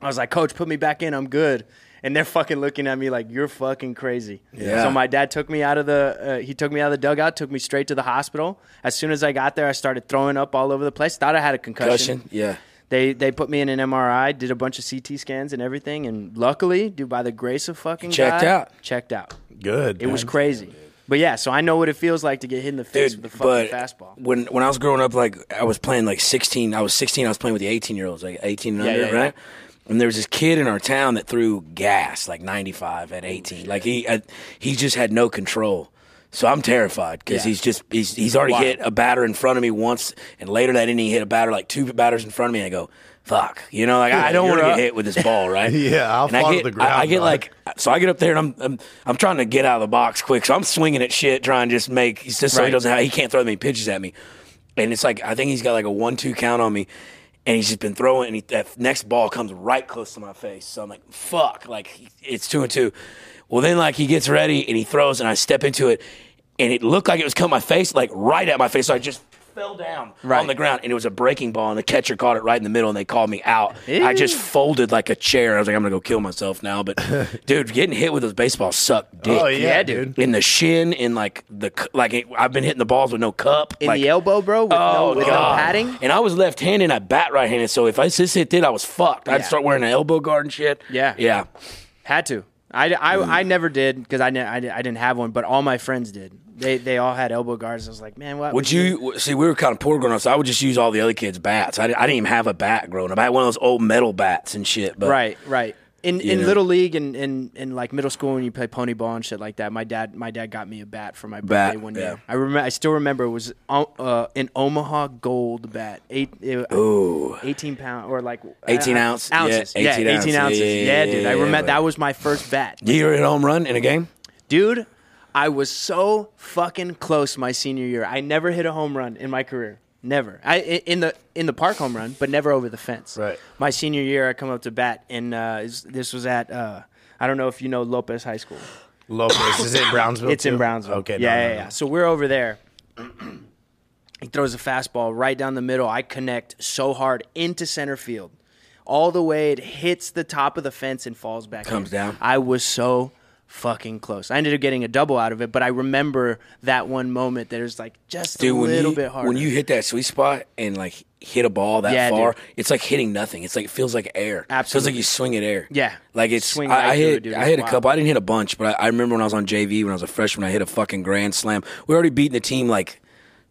I was like, "Coach, put me back in. I'm good." And they're fucking looking at me like you're fucking crazy. Yeah. So my dad took me out of the uh, he took me out of the dugout, took me straight to the hospital. As soon as I got there, I started throwing up all over the place. Thought I had a concussion. Concussion? Yeah. They they put me in an MRI, did a bunch of CT scans and everything, and luckily, dude, by the grace of fucking Checked God, out. checked out. Good. It was crazy. But yeah, so I know what it feels like to get hit in the face Dude, with a fucking fastball. When when I was growing up, like I was playing like sixteen. I was sixteen. I was playing with the eighteen year olds, like eighteen and Yeah, under, yeah, yeah. right? And there was this kid in our town that threw gas like ninety five at eighteen. Like he I, he just had no control. So I'm terrified because Yeah. he's just he's he's already Wild. hit a batter in front of me once, and later that inning he hit a batter like two batters in front of me. And I go. Fuck, you know, like I I don't you're want to up. get hit with this ball, right? Yeah, I'll And I fall to get- the ground, I, I get dog. like so I get up there and I'm, I'm I'm trying to get out of the box quick. So I'm swinging at shit, trying to just make just so he Right. doesn't have, he can't throw many pitches at me. And it's like I think he's got like a one-two count on me, and he's just been throwing. And he, that next ball comes right close to my face, so I'm like, "Fuck!" Like it's two and two. Well, then like he gets ready and he throws, and I step into it, and it looked like it was coming my face, like right at my face. So I just fell down Right. on the ground, and it was a breaking ball, and the catcher caught it right in the middle, and they called me out. I just Ew. folded like a chair. I was like, I'm gonna go kill myself now. But dude, getting hit with those baseballs suck dick. Oh, yeah, Yeah, dude. dude. In the shin, in like the cu- like, it, I've been hitting the balls with no cup, In like, the elbow, bro, with, Oh, no, with no God. padding. And I was left-handed, and I bat right-handed. So if I just hit it, I was fucked. I'd Yeah. start wearing an elbow guard and shit. Yeah. yeah. Had to. I, Mm. I, I never did because I, ne- I, di- I didn't have one, but all my friends did. They they all had elbow guards. I was like, man, what? Would you see? We were kind of poor growing up, so I would just use all the other kids' bats. I, di- I didn't even have a bat growing up. I had one of those old metal bats and shit. But Right, right. In in know. little league and in, in like middle school when you play pony ball and shit like that, my dad my dad got me a bat for my birthday Bat, one yeah. year. I remember I still remember it was uh, an Omaha gold bat, eight it, Ooh. eighteen pound or like Eighteen uh, ounce? Yeah, ounces, yeah, 18 eighteen, ounce. ounces, Yeah, yeah, yeah, yeah, dude. I yeah, remember buddy. that was my first bat, You hit a home run in a game? dude. I was so fucking close my senior year. I never hit a home run in my career. Never. I i- in the in the park home run, but never over the fence. Right. My senior year, I come up to bat, and uh, is- this was at uh, I don't know if you know Lopez High School. Lopez is it in Brownsville? It's in too? Brownsville. Okay. no, Yeah, no, yeah, no. yeah. So we're over there. he throws a fastball right down the middle. I connect so hard into center field, all the way. It hits the top of the fence and falls back. Comes in. down. I was so fucking close. I ended up getting a double out of it, but I remember that one moment that it was like just a when little you, bit harder. When you hit that sweet spot and like hit a ball that Yeah, far, dude. it's like hitting nothing. It's like it feels like air. feels Absolutely. like you swing at air. Yeah. like it's. Swing I, right I through hit. it, dude. I It's hit a wild. couple. I didn't hit a bunch, but I, I remember when I was on JV when I was a freshman, I hit a fucking grand slam. We were already beating the team like.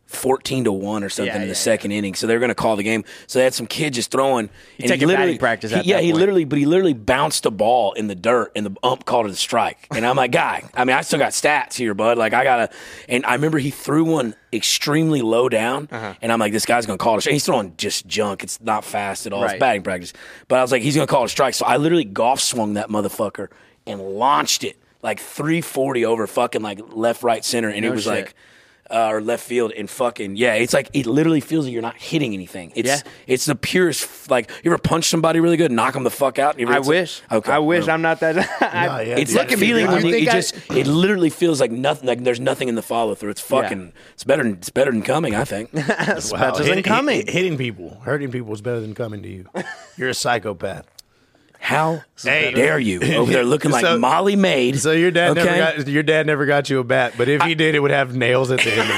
14 to 1 or something in Yeah, the yeah, second inning. So they're going to call the game. So they had some kid just throwing. and taking batting practice at he- yeah, that he point. literally, but he literally bounced a ball in the dirt and the ump called it a strike. And I'm like, guy, I mean, I still got stats here, bud. Like, I got to. And I remember he threw one extremely low down. Uh-huh. And I'm like, this guy's going to call it a strike. He's throwing just junk. It's not fast at all. It's Right. batting practice. But I was like, he's going to call it a strike. So I literally golf swung that motherfucker and launched it like 340 over fucking like left, right, center. And it was shit. like, uh, or left field and fucking yeah, it's like it literally feels like you're not hitting anything. It's Yeah. it's the purest f- like you ever punch somebody really good, knock them the fuck out. You ever- I it's- wish. Okay, I wish I'm not that. I- No, yeah, It's dude, like a I feeling feel when that. you, think it I- just it literally feels like nothing. Like there's nothing in the follow through. It's fucking. It's better. than- It's better than coming. I think. Wow, better than hitting- coming. hit- hitting people, hurting people is better than coming to you. You're a psychopath. How Hey. dare you over there looking like So- Molly Maid? So your dad never got your dad never got you a bat, but if he did, it would have nails at the end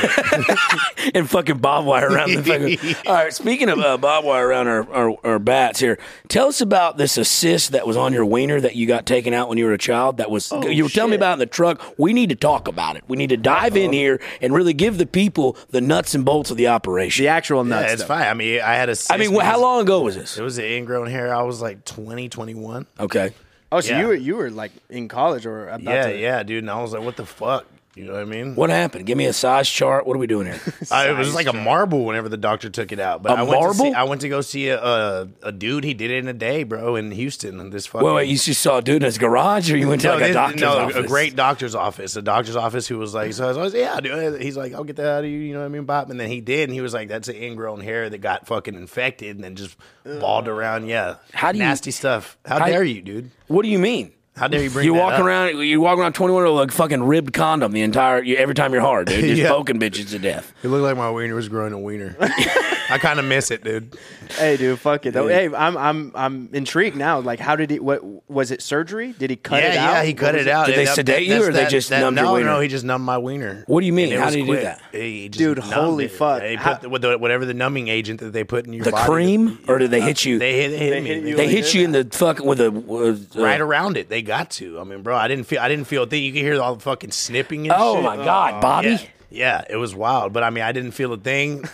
of it. and fucking bob wire around the fucking. All right, speaking of uh, bob wire around our, our, our bats here, tell us about this assist that was on your wiener that you got taken out when you were a child. That was Oh, you were telling me shit. about in the truck. We need to talk about it. We need to dive Uh-huh. in here and really give the people the nuts and bolts of the operation. the actual nuts. Yeah, it's though. fine. I mean, I had a. I mean, wh- how long ago was this? It was an ingrown hair. I was like 20, 21. Okay, Oh, so Yeah. you were you were like in college or about Yeah, to? yeah, dude. And I was like, what the fuck? You know what I mean? what happened? Give me a size chart. What are we doing here? I, it was like a marble whenever the doctor took it out. But A I went To see, marble? I went to go see a, a a dude. He did it in a day, bro, in Houston. And this fucking. Well, wait, you just saw a dude in his garage, or you went to like a this- doctor's no, office? a great doctor's office, a doctor's office who was like, so I was like, yeah, dude. He's like, I'll get that out of you, you know what I mean, Bob? And then he did, and he was like, that's an ingrown hair that got fucking infected and then just balled around. Yeah, How do you- nasty stuff? How, how- dare you, dude? What do you mean? How dare you bring? You that walk up? around, you walk around twenty one with a like, fucking ribbed condom the entire you, every time you're hard, dude. Just Yeah. poking bitches to death. It looked like my wiener was growing a wiener. I kind of miss it, dude. Hey, dude, fuck it. Though. Hey, I'm I'm I'm intrigued now. Like, how did he? What was it? Surgery? Did he cut yeah, it out? yeah, he What cut was it out. Did they And that- sedate you, that's or they that- just that- numbed your no, wiener? No, he just numbed my wiener. What do you mean? And it How was did he do quick. that? He just Dude, numbed holy it. fuck. They put How- the- with the- whatever the numbing agent that they put in your The body. cream, or did they hit you? They, They hit, they hit They me. hit They you hit hit you in the fucking with a with, uh, right around it. They got to. I mean, bro, I didn't feel. I didn't feel a thing. You could hear all the fucking snipping and Oh shit. my god, Bobby! Yeah, yeah, it was wild. But I mean, I didn't feel a thing. It-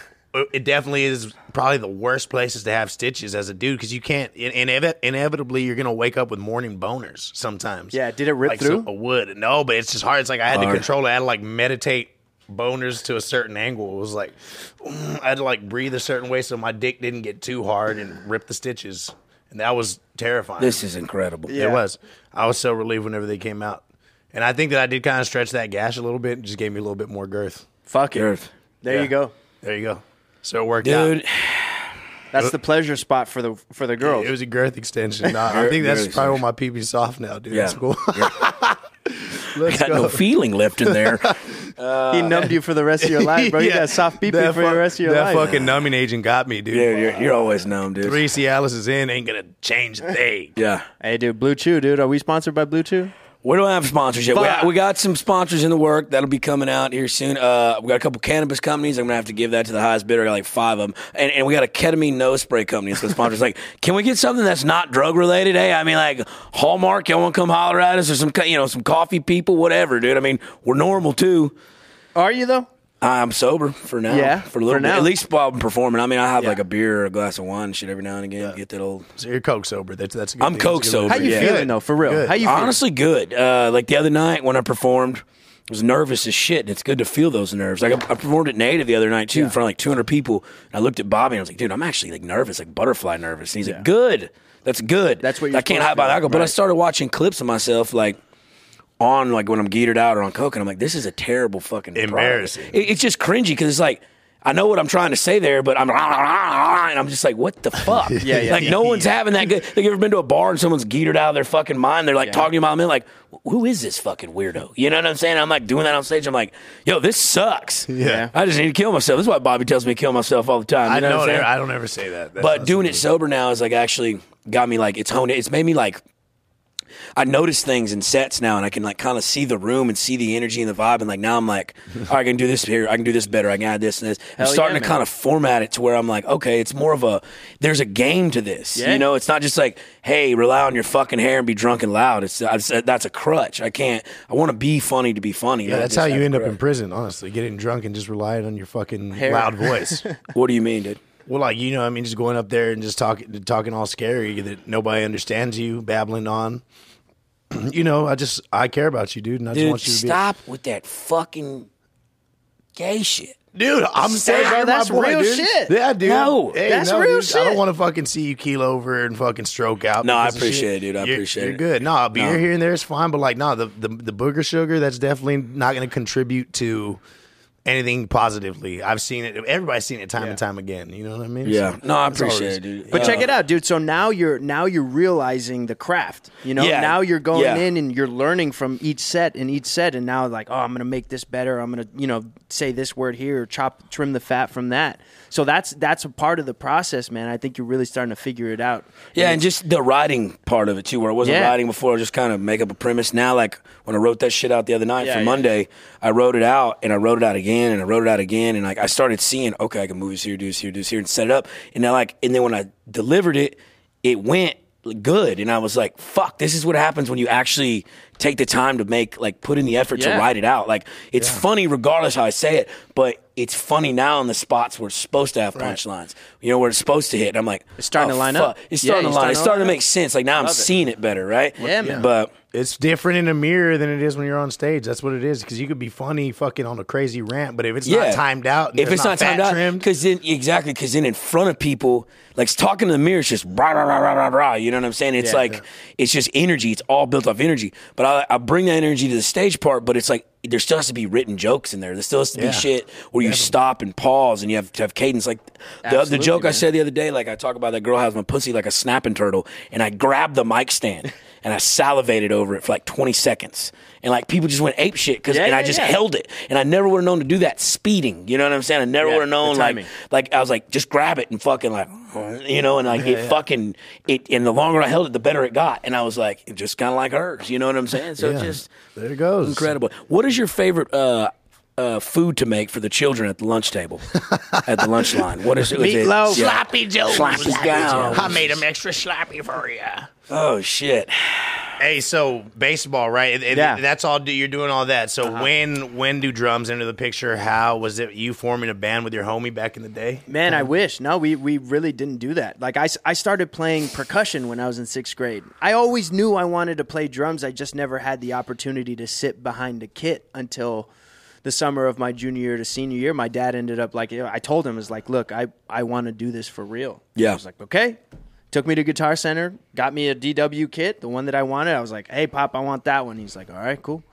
It definitely is probably the worst places to have stitches as a dude because you can't. In, inev- inevitably, you're gonna wake up with morning boners sometimes. Yeah, did it rip like through? So, a wood. No, but it's just hard. It's like I had Hard. to control it. I had to like meditate boners to a certain angle. It was like mm, I had to like breathe a certain way so my dick didn't get too hard and rip the stitches. And that was terrifying. This is incredible. Yeah. It was. I was so relieved whenever they came out. And I think that I did kind of stretch that gash a little bit and just gave me a little bit more girth. Fuck it. Girth. There Yeah. you go. There you go. So it worked out. Dude, That's the pleasure spot for the for the girls. Uh, It was a girth extension. Nah, I think that's Girth probably why my pee pee's soft now, dude. yeah, It's cool. Yeah. Let's got no feeling left in there. he numbed you for the rest of your life, bro. You Yeah. got soft pee pee for That fuck- the rest of your that life. fucking numbing agent got me, dude. dude, you're, you're always numb, dude. Three Cialis is in, ain't gonna change a thing. Yeah. hey, dude, Blue Chew, dude. Are we sponsored by Blue Chew? We don't have sponsors yet. Fuck. We, we got some sponsors in the work that'll be coming out here soon. Uh, we got a couple cannabis companies. I'm gonna have to give that to the highest bidder. I got like five of them, and, and we got a ketamine nose spray company. So the sponsors like, can we get something that's not drug related? Hey, I mean like Hallmark, y'all want to come holler at us or some co- you know some coffee people, whatever, dude. I mean we're normal too. Are you though? I'm sober for now. Yeah, for a little for now. bit. At least while I'm performing. I mean I have Yeah. like a beer or a glass of wine and shit every now and again. Get that old So you're coke sober. That's that's. A good I'm thing. That's a coke good sober, thing. How you Yeah. feeling though? For real? Oh, Good. How you feeling? honestly good. Uh, like the other night when I performed, I was nervous as shit, and it's good to feel those nerves. Like I, I performed at Native the other night too, in front of like 200 people. And I looked at Bobby and I was like, "Dude, I'm actually like nervous, like butterfly nervous." And he's like, "Good, that's good. That's what you're I can't supposed hide to about be, alcohol." But I right. started watching clips of myself, like. On like when I'm geared out or on coke, and I'm like, this is a terrible fucking product. Embarrassing. It- it's just cringy because it's like I know what I'm trying to say there, but I'm and I'm just like, what the fuck? Yeah, yeah. like no one's having that good. Like you ever been to a bar and someone's geetered out of their fucking mind? They're like talking about me, like, who is this fucking weirdo? You know what I'm saying? I'm like doing that on stage. I'm like, yo, this sucks. Yeah. I just need to kill myself. This is why Bobby tells me to kill myself all the time. You I know, what know. I'm saying? it. I don't ever say that. That's but not doing it sober now is like actually got me like it's honed it's made me like I notice things in sets now and I can like kind of see the room and see the energy and the vibe and like now I'm like all right I can do this here I can do this better I can add this and this I'm Hell starting yeah, to man. kind of format it to where I'm like okay it's more of a there's a game to this Yeah. you know it's not just like hey rely on your fucking hair and be drunk and loud it's I said that's a crutch I can't I want to be funny to be funny Yeah, not that's just how have you a end up in crutch. prison, honestly, getting drunk and just relying on your fucking loud voice. what do you mean dude well, like you know, I mean, just going up there and just talking, talking all scary that nobody understands you, babbling on. you know, I just I care about you, dude, and I just dude want you to stop with that fucking gay shit be. Dude, I'm saying, bro, you're that's my boy, real dude. shit. Yeah, dude. No, Hey, that's no, dude, real I shit. don't want to fucking see you keel over and fucking stroke out. No, I because of appreciate shit. it, dude. I You're- appreciate You're it. good. No, beer No. here and there is fine, but like, no, the the, the booger sugar that's definitely not going to contribute to. Anything positively, I've seen it. Everybody's seen it time and time again. You know what I mean? Yeah. No, I that's all appreciate is. it, dude. But Uh, check it out, dude. So now you're now you're realizing the craft. You know, Yeah. now you're going Yeah. in and you're learning from each set and each set, and now like, oh, I'm gonna make this better. I'm gonna you know say this word here, or chop trim the fat from that. So that's that's a part of the process, man. I think you're really starting to figure it out. Yeah, and just the writing part of it too, where I wasn't Yeah. writing before, I just kind of make up a premise. Now, like when I wrote that shit out the other night Yeah, for yeah. Monday, I wrote it out and I wrote it out again and I wrote it out again and like I started seeing, okay, I can move this here, do this here, do this here, and set it up. And then like, and then when I delivered it, it went good, and I was like, fuck, this is what happens when you actually take the time to make like put in the effort to Yeah. write it out. Like it's funny regardless how I say it, but. It's funny now in the spots where it's supposed to have punchlines, you know, where it's supposed to hit. And I'm like, It's starting oh, to line fuck. up. It's Yeah, starting it's to line. starting It's to starting to line up. make sense. Like now I'm seeing it better, right? Yeah, man. But It's different in a mirror than it is when you're on stage. That's what it is. Because you could be funny, fucking on a crazy rant, but if it's yeah, not timed out, and if it's not, timed fat out, trimmed, because then exactly, because then in front of people, like talking to the mirror, it's just rah rah rah rah rah rah. You know what I'm saying? It's Yeah. like it's just energy. It's all built off energy. But I, I bring that energy to the stage part. But it's like there still has to be written jokes in there. There still has to Yeah. be shit where you stop and pause and you have to have cadence. Like the, the Absolutely, joke I man. said the other day, like I talk about that girl has my pussy like a snapping turtle, and I grabbed the mic stand. And I salivated over it for like 20 seconds. And like people just went ape shit because Yeah, and I yeah, just yeah. held held it. And I never would have known to do that speeding. You know what I'm saying? I never Yeah, would have known the like timing. like I was like, just grab it and fucking like you know, and like it fucking it and the longer I held it, the better it got. And I was like, it just kinda like hers, you know what I'm saying? So yeah. just there it goes. incredible. What is your favorite uh uh, food to make for the children at the lunch table, at the lunch line. What is it? was it- Meatloaf. Sloppy Joe. Sloppy Joes. I made him extra sloppy for you. Oh shit! Hey, so baseball, right? And- and Yeah. That's all. You're doing all that. So Uh-huh. when when do drums enter the picture? How was it? You forming a band with your homie back in the day? Man, I wish. No, we, we really didn't do that. Like, I, s- I started playing percussion when I was in sixth grade. I always knew I wanted to play drums. I just never had the opportunity to sit behind a kit until the summer of my junior year to senior year. My dad ended up like, I told him, is like, look, I, I want to do this for real. Yeah. I was like, okay. Took me to Guitar Center, got me a DW kit, the one that I wanted. I was like, hey, Pop, I want that one. He's like, all right, cool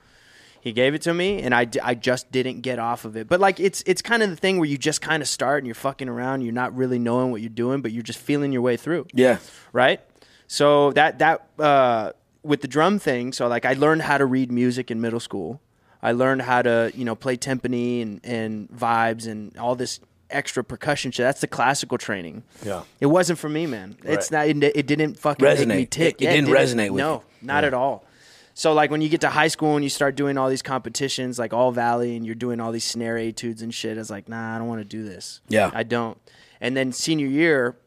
he gave it to me and I, d- I just didn't get off of it but like it's it's kind of the thing where you just kind of start and you're fucking around you're not really knowing what you're doing but you're just feeling your way through Yeah, right so that that uh, with the drum thing so like i learned how to read music in middle school i learned how to you know play timpani and, and vibes and all this extra percussion shit that's the classical training Yeah. it wasn't for me man it's not it, it didn't fucking make me Resonate. tick It- it didn't resonate with no you. not at all. So like when you get to high school and you start doing all these competitions, like All Valley, and you're doing all these snare etudes and shit, it's like, nah, I don't want to do this. Yeah. I don't. And then senior year,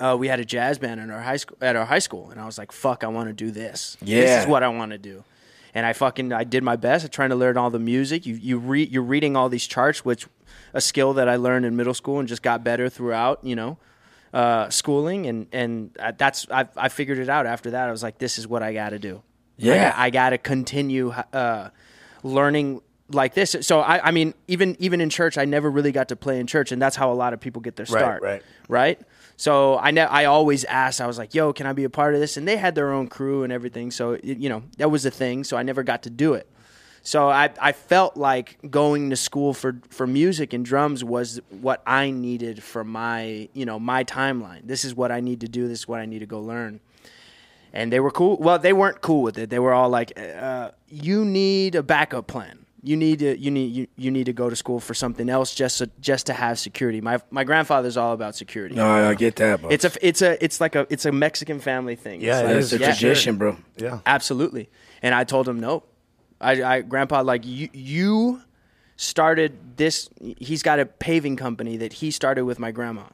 uh, we had a jazz band in our high school at our high school, and I was like, fuck, I want to do this. Yeah. this is what I want to do. And I fucking I did my best at trying to learn all the music. You you read you're reading all these charts, which a skill that I learned in middle school and just got better throughout. You know, uh, schooling and and I, that's I I figured it out after that. I was like, this is what I got to do. Yeah. I, got to continue uh, learning like this. So I I mean even even in church, I never really got to play in church, and that's how a lot of people get their Right, start. right. Right. So I ne- I always asked. I was like, "Yo, can I be a part of this?" And they had their own crew and everything. So it, you know that was a thing. So I never got to do it. So I, I felt like going to school for, for music and drums was what I needed for my, you know, my timeline. This is what I need to do. This is what I need to go learn and they were cool. Well, they weren't cool with it. They were all like, uh, "You need a backup plan. You need to you need you, you need to go to school for something else just so, just to have security." My my grandfather's all about security. I, I get that, bro. It's a it's a it's like a it's a Mexican family thing. Yeah, It's it like- is. it's a yeah. tradition, bro. Yeah. Absolutely. And I told him no. I, I grandpa like you you started this he's got a paving company that he started with my grandma.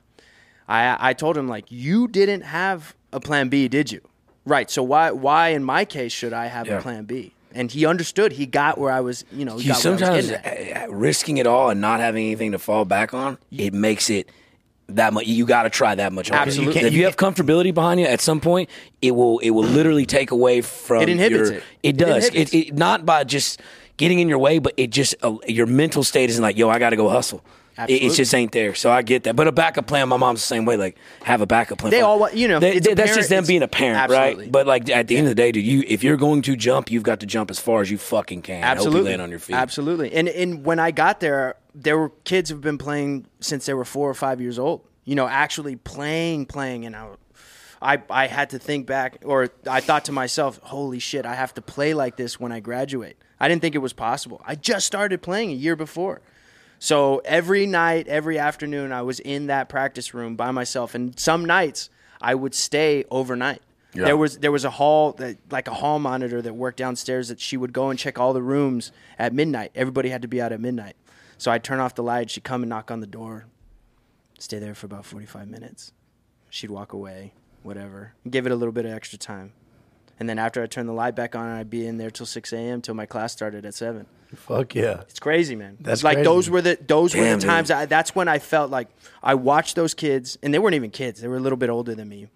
I I told him like you didn't have a plan B, did you? Right. So why why in my case should I have Yeah. a plan B? And he understood. He got where I was, you know, he You got where I was sometimes getting uh, at. uh, risking it all and not having anything to fall back on, it makes it that much. You got to try that much harder. Absolutely. If you have comfortability behind you, at some point, it will it will literally take away from It inhibits your- it. It It does. It, inhibits. it, not by just getting in your way, but it just uh, your mental state isn't like, yo, I got to go hustle. It, it Absolutely. just ain't there. So I get that. But a backup plan, my mom's the same way. Like have a backup plan. They for- all want- you know, They- it's a they- that's parent, just them it's- being a parent, Absolutely. right? But like at the end of the day, dude, you if you're going to jump, you've got to jump as far as you fucking can. and hope you Absolutely. land on your feet. Absolutely. And and when I got there, there were kids who've been playing since they were four or five years old. You know, actually playing, playing, and I, I, I had to think back, or I thought to myself, "Holy shit, I have to play like this when I graduate." I didn't think it was possible. I just started playing a year before. So every night, every afternoon, I was in that practice room by myself, and some nights I would stay overnight. There was there was a hall that like a hall monitor that worked downstairs that she would go and check all the rooms at midnight. Everybody had to be out at midnight, so I'd turn off the light. She'd come and knock on the door, stay there for about forty five minutes. She'd walk away, whatever, give it a little bit of extra time, and then after I turned the light back on, I'd be in there till six a.m. till my class started at seven. Fuck yeah. It's crazy, man. That's like crazy. those were the those were Damn, the dude. times. I, that's when I felt like I watched those kids, and they weren't even kids; they were a little bit older than me.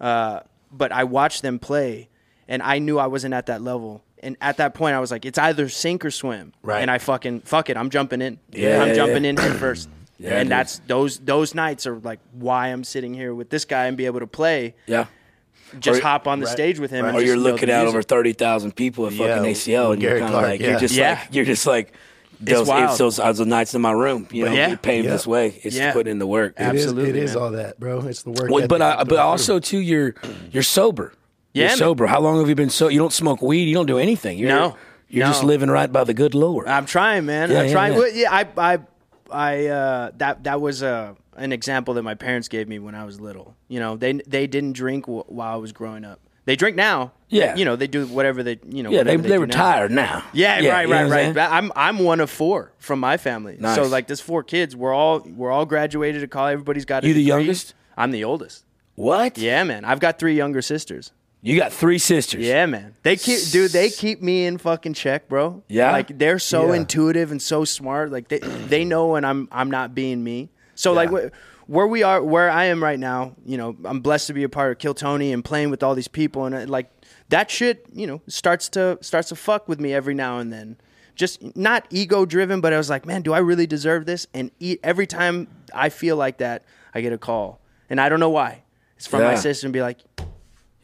Uh, but I watched them play, and I knew I wasn't at that level. And at that point, I was like, "It's either sink or swim." Right. And I fucking fuck it. I'm jumping in. Yeah, I'm yeah, jumping yeah. in head first. and dude. that's those those nights are like why I'm sitting here with this guy and be able to play. Yeah. Just Or- hop on the stage with him. and or just you're know the looking out music. over thirty thousand people at fucking Yeah, ACL, and you're Gary kind of Clark, like, yeah. you're just Yeah. like, you're just like, those, wild. it's those, those nights in my room, you know, Yeah. it paved Yeah. this way. It's Yeah. putting in the work. It is- Absolutely, It is, man. all that, bro. It's the work. Well, but ethic I, you but go also through. too, you're you're sober. Yeah, you're man. sober. How long have you been so? You don't smoke weed. You don't do anything. You're, No. you're just No. living right by the good Lord. I'm trying, man. Yeah, I'm yeah, trying. yeah. Well, Yeah, I, I, I. Uh, that that was uh, an example that my parents gave me when I was little. You know, they they didn't drink w- while I was growing up. They drink now. Yeah. You know, they do whatever they. You know. yeah, they whatever they, do now. retired now. Yeah, right, you know right, what I'm right. saying? But I'm I'm one of four from my family. Nice. So like, there's four kids. We're all we're all graduated to college. Everybody's got. A You the degree. youngest? I'm the oldest. What? Yeah, man. I've got three younger sisters. you got three sisters. Yeah, man. They keep dude, they keep me in fucking check, bro. Yeah? Like they're so Yeah. intuitive and so smart. Like they they know when I'm I'm not being me. So like wh- where we are where I am right now, you know, I'm blessed to be a part of Kill Tony and playing with all these people and uh, like that shit, you know, starts to starts to fuck with me every now and then. Just not ego driven, but I was like, man, do I really deserve this? And e- every time I feel like that, I get a call. And I don't know why. It's from my Yeah. sister and be like, doing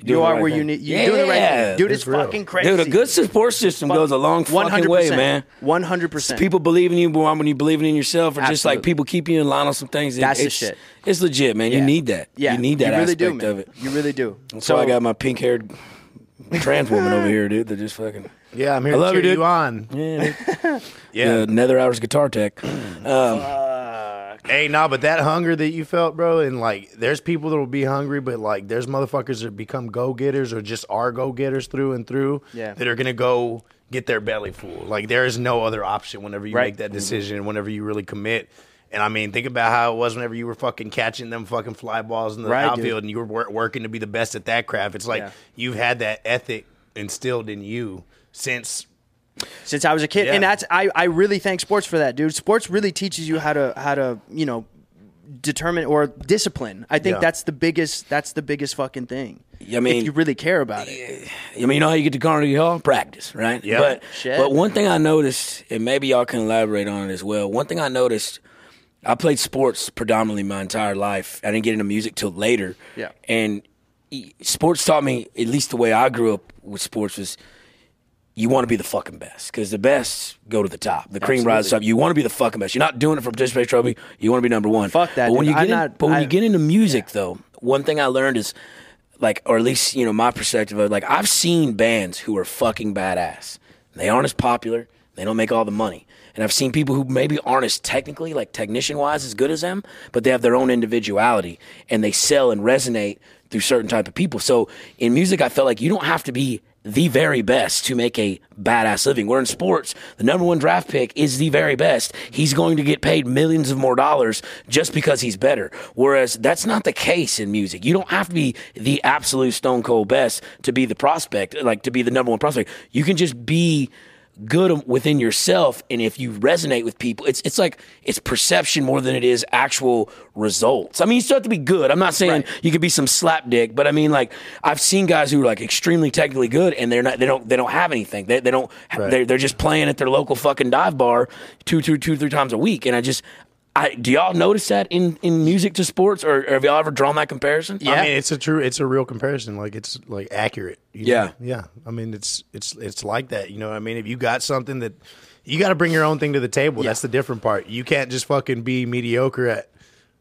you the are right where thing. you need. You're Yeah, doing the right yeah, thing, dude. that's It's real. fucking crazy. Dude, a good support system goes a long fucking way, man. One hundred percent. people believing you more when you believing in yourself, or just like Absolutely. people keeping you in line on some things. it- That's the it's, shit. It's legit, man. You need that. Yeah, you need that really aspect do, man. of it. You really do. That's why I got my pink haired trans woman over here, dude. That just fucking Yeah, I'm here I to love you, cheer dude. you on. yeah, Yeah. Nether Hours guitar tech. Um, Hey, nah, but that hunger that you felt, bro, and like, there's people that will be hungry, but like, there's motherfuckers that become go getters or just are go getters through and through. Yeah. that are gonna go get their belly full. Like, there is no other option whenever you Right. make Mm-hmm. that decision, whenever you really commit. And I mean, think about how it was whenever you were fucking catching them fucking fly balls in the Right, dude. outfield, and you were wor- working to be the best at that craft. It's like Yeah. you've had that ethic instilled in you since since I was a kid, Yeah. and that's I, I really thank sports for that, dude. Sports really teaches you how to how to you know determine or discipline. I think Yeah. that's the biggest that's the biggest fucking thing. I mean- if you really care about it, I mean, you know how you get to Carnegie Hall? Practice, right? Yeah. But Shit. but one thing I noticed, and maybe y'all can elaborate on it as well. One thing I noticed, I played sports predominantly my entire life. I didn't get into music till later. Yeah. And e- sports taught me, at least the way I grew up with sports, was you want to be the fucking best because the best go to the top. The cream rises up. You want to be the fucking best. You're not doing it for participation trophy. You want to be number one. Fuck that, But when dude. you get I'm in- not- but when I- you get into music though, one thing I learned is like, or at least you know my perspective of like I've seen bands who are fucking badass. They aren't as popular. They don't make all the money. And I've seen people who maybe aren't as technically, like technician wise, as good as them, but they have their own individuality and they sell and resonate through certain type of people. So in music, I felt like you don't have to be the very best to make a badass living. Where in sports, the number one draft pick is the very best. He's going to get paid millions of more dollars just because he's better. Whereas that's not the case in music. You don't have to be the absolute stone cold best to be the prospect, like to be the number one prospect. You can just be good within yourself and if you resonate with people it's it's like it's perception more than it is actual results i mean you still have to be good i'm not saying you could be some slap dick but i mean like i've seen guys who are like extremely technically good and they're not they don't they don't have anything they, they don't they're, they're just playing at their local fucking dive bar two two two three times a week and i just I, do y'all notice that in, in music to sports, or, or have y'all ever drawn that comparison? Yeah. I mean, it's a true, it's a real comparison. Like it's like accurate. you know? Yeah. yeah. I mean, it's it's it's like that. You know, what I mean, if you got something that you got to bring your own thing to the table. That's the different part. You can't just fucking be mediocre at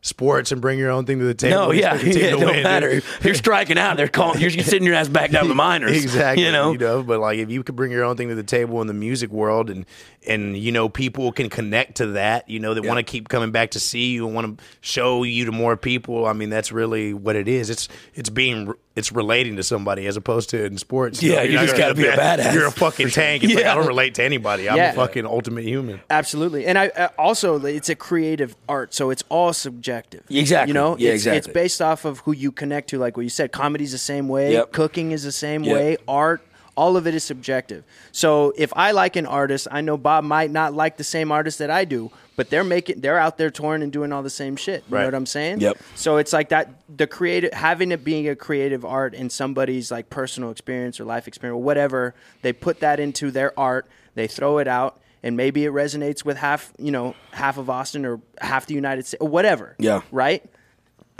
sports and bring your own thing to the table. No, and yeah, expect your yeah team it to don't win. matter. You're striking out. They're calling. You're sitting your ass back down the minors. Exactly. You know. but like if you could bring your own thing to the table in the music world and and you know people can connect to that, you know, they want to keep coming back to see you and want to show you to more people. I mean, that's really what it is. It's it's being it's relating to somebody as opposed to in sports. Yeah, you You're not just gonna- gotta be a badass. You're a fucking tank. It's like Yeah. I don't relate to anybody. I'm Yeah. a fucking ultimate human. Absolutely, and I uh, also it's a creative art, so it's all subjective. Exactly. you know, Yeah, it's, It's exactly. based off of who you connect to, like what you said. Comedy's the same way. Yep. Cooking is the same Yep. way. Art, all of it is subjective. So if I like an artist, I know Bob might not like the same artist that I do, but they're making, they're out there touring and doing all the same shit. You Right. know what I'm saying? Yep. So it's like that. The creative having it being a creative art in somebody's like personal experience or life experience or whatever, they put that into their art. They throw it out, and maybe it resonates with half you know half of Austin or half the United States or whatever. Yeah. Right.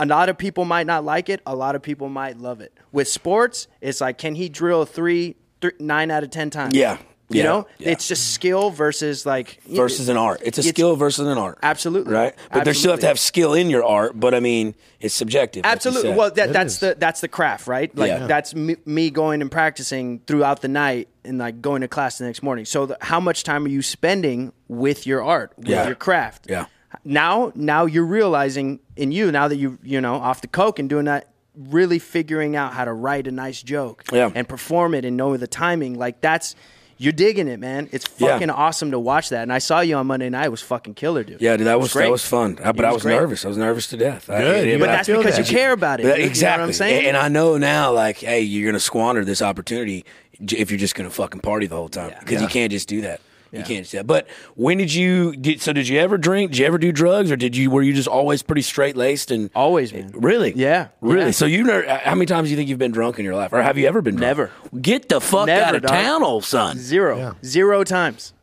A lot of people might not like it. A lot of people might love it. With sports, it's like, can he drill three, thr- nine out of ten times? Yeah. You Yeah. know, Yeah. it's just skill versus like versus an art. It's a skill versus an art. Absolutely. Right? But there still have to Absolutely. have skill in your art, but I mean, it's subjective. like you Absolutely. said. Well, that, that's is. the that's the craft, right? Like Yeah. that's me, me going and practicing throughout the night and like going to class the next morning. So the, how much time are you spending with your art, with Yeah. your craft? Yeah. Now, now you're realizing in you now that you you know off the coke and doing that, really figuring out how to write a nice joke Yeah. and perform it and knowing the timing. Like that's you're digging it, man. It's Yeah. fucking awesome to watch that. And I saw you on Monday night. It was fucking killer, dude. yeah, dude, It that was great. that was fun. I- It but I was great. nervous. I was nervous to death. I- Good. yeah, You but got I to That's feel because that. you care about it. That- You know what exactly. I'm saying? And I know now, like, hey, you're gonna squander this opportunity j- if you're just gonna fucking party the whole time because you can't just do that. You can't just do that. But when did you? Did, so did you ever drink? Did you ever do drugs, or did you? Were you just always pretty straight laced and Eh, Always, man. Really? Yeah. Really? Yeah. So you never? How many times do you think you've been drunk in your life, or have you ever been? drunk? Never. Get the fuck Never, out of dog. town, old son. Zero, zero times.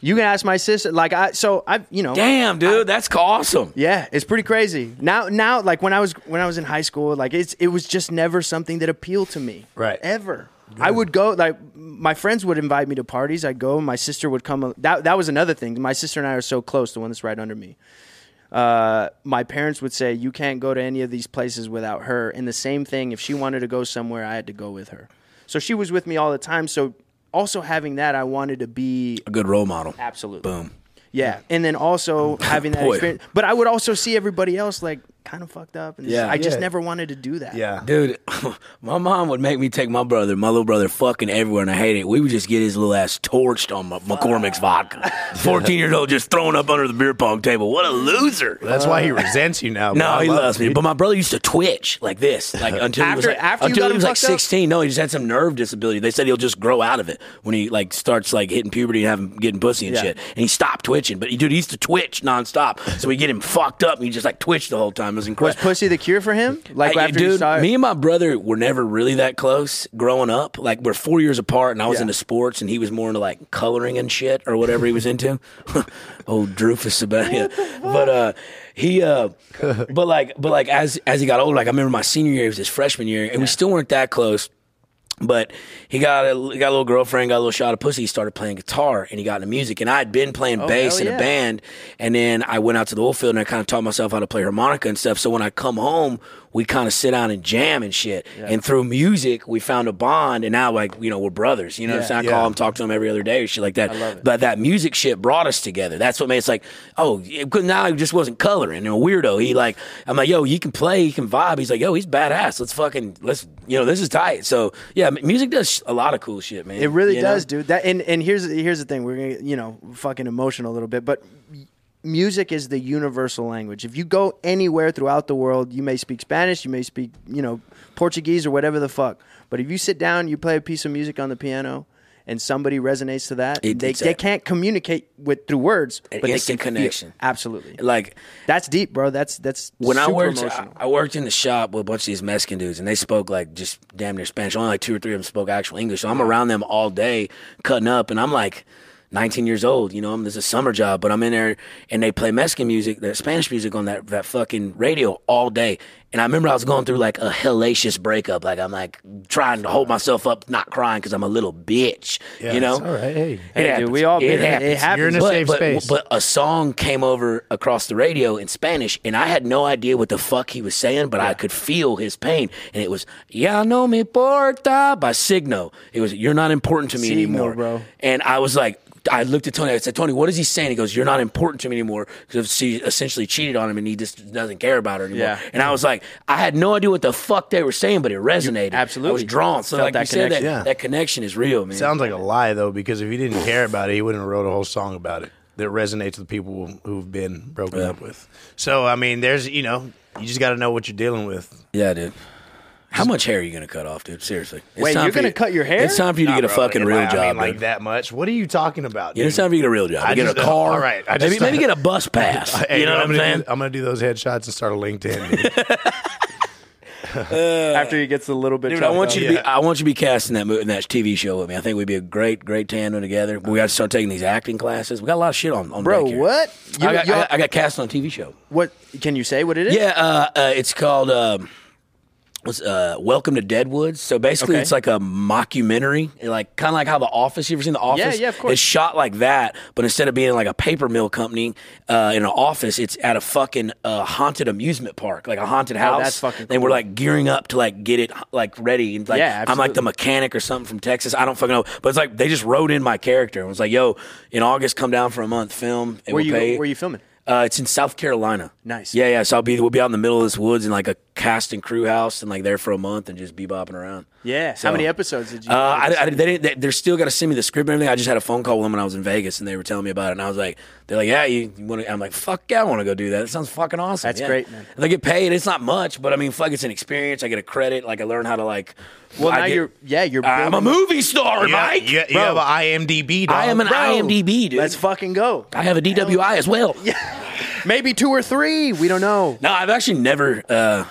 You can ask my sister. Like I, so I, you know, Damn, dude, that's awesome. yeah, it's pretty crazy. Now, now, like when I was when I was in high school, like it's it was just never something that appealed to me, Right. Ever. I would go like my friends would invite me to parties. I'd go. My sister would come. That that was another thing. My sister and I are so close. The one that's right under me. Uh, my parents would say you can't go to any of these places without her. And the same thing if she wanted to go somewhere, I had to go with her. So she was with me all the time. So also having that, I wanted to be A good role model. Absolutely. Boom. yeah, and then also having that Boy. experience. But I would also see everybody else like kind of fucked up, and Yeah. I just Yeah. never wanted to do that. Dude, my mom would make me take my brother, my little brother, fucking everywhere, and I hate it. We would just get his little ass torched on my, McCormick's vodka. 14 years old, just thrown up under the beer pong table. What a loser. That's why he resents you now. Uh, No, but I he love loves you. me. But my brother used to twitch like this, like until he was After- like, after you until got he him was like fucked up? 16. No, he just had some nerve disability. They said he'll just grow out of it when he like starts like hitting puberty and having getting pussy and Yeah. shit. And he stopped twitching. But he, dude, he used to twitch nonstop. So we get him fucked up and he just like twitched the whole time. It was Was incredible. pussy the cure for him? Like I- after dude, you saw me and my brother were never really that close growing up. Like we're four years apart, and I was Yeah. into sports, and he was more into like coloring and shit or whatever he was into. Old Drufus about it, but uh, he, uh, but like, but like as as he got older, like I remember my senior year, it was his freshman year, and we still weren't that close. But he got a he got a little girlfriend, got a little shot of pussy. He started playing guitar and he got into music. And I had been playing bass Oh, in hell a yeah. band, and then I went out to the oil field and I kind of taught myself how to play harmonica and stuff. So when I come home, we kind of sit down and jam and shit. And through music, we found a bond. And now like you know we're brothers. You know what I'm saying? Yeah. I call him, talk to him every other day or shit like that. love it. But that music shit brought us together. That's what made it's like oh it- 'cause now he just wasn't coloring. And a weirdo. He like I'm like yo he can play, he can vibe. He's like yo he's badass. Let's fucking let's you know this is tight. So yeah, m- music does sh- a lot of cool shit, man. It really You know? does, dude. That and and here's here's the thing. We're gonna get, you know fucking emotional a little bit, but m- music is the universal language. If you go anywhere throughout the world, you may speak Spanish, you may speak you know Portuguese or whatever the fuck. But if you sit down, you play a piece of music on the piano. And somebody resonates to that. It- they, exactly. they can't communicate with through words, but they can instant feel- connection. Absolutely, Like that's deep, bro. That's that's when I super worked, I, emotional. I worked in the shop with a bunch of these Mexican dudes, and they spoke like just damn near Spanish. Only like two or three of them spoke actual English. So I'm around them all day, cutting up, and I'm like 19 years old. You know, I'm this is a summer job, but I'm in there, and they play Mexican music, that Spanish music on that that fucking radio all day. And I remember I was going through like a hellacious breakup. Like I'm like trying to hold myself up, not crying because I'm a little bitch. you know, it's all right. Hey, It dude, happens. we all been it there. It happens. happens. You're in a but, safe but, space. But a song came over across the radio in Spanish, and I had no idea what the fuck he was saying, but I could feel his pain. And it was "Ya no me importa" by Signo. It was "You're not important to me Signo, anymore, bro. And I was like. I looked at Tony. I said, "Tony, what is he saying?" He goes, "You're not important to me anymore." Because she essentially cheated on him, and he just doesn't care about her anymore. Yeah. And I was like, I had no idea what the fuck they were saying, but it resonated. I was absolutely. drawn. So, Felt like that you said, that, connection. Yeah. that connection is real, man. Sounds like a lie though, because if he didn't care about it, he wouldn't have wrote a whole song about it that resonates with people who've been broken up with. So I mean, there's you know, you just got to know what you're dealing with. Yeah, dude. How much hair are you gonna cut off, dude? Seriously. It's Wait, time you're for gonna you- cut your hair? It's time for you to Nah, get a bro, fucking if real I- I job, mean, dude. like that much. What are you talking about? Yeah, dude? it's time for you to get a real job. I get just- a car. all right, I maybe, just- maybe get a bus pass. Hey, you know what I'm gonna saying? Do, I'm gonna do those headshots and start a LinkedIn. dude. After he gets a little bit, uh, Dude, I want you to be. Yeah. I want you to be cast in that movie, in that TV show with me. I think we'd be a great, great tandem together. We got to start taking these acting classes. We got a lot of shit on. on bro. deck here. What? You, I got, you- I, got, I got cast on a TV show. what? Can you say what it is? Yeah, uh, uh, it's called um, what's, uh, Welcome to Deadwoods. So basically, Okay. it's like a mockumentary, like kind of like how The Office. You ever seen The Office? yeah, of course. It's shot like that, but instead of being like a paper mill company uh, in an office, it's at a fucking uh, haunted amusement park, like a haunted house. that's fucking And we're cool. like gearing up to like get it like ready. And like, Yeah, I'm like the absolutely. mechanic or something from Texas. I don't fucking know, but it's like they just wrote in my character and was like, "Yo, in August, come down for a month, film, and Where we'll you pay." where you filming? Uh, it's in South Carolina. Nice. Yeah, yeah. So I'll be we'll be out in the middle of this woods in like a cast and crew house and like there for a month and just be bopping around. Yeah. So- How many episodes did you? Uh, I, I, they didn't. They, they're still got to send me the script and everything. I just had a phone call with them when I was in Vegas and they were telling me about it. And I was like, they're like, yeah, you, you want to? I'm like, fuck yeah, I want to go do that. That sounds fucking awesome. That's Yeah. great, man. And they get paid. It's not much, but I mean, fuck, it's an experience. I get a credit. Like I learn how to like. well, I now get- you're yeah you're. I'm a building- movie star, You have, Mike. you, you have an IMDb. Dog. I am an Bro. IMDb dude. Let's fucking go. I have a DWI as well. Maybe two or three. We don't know. No, I've actually never uh,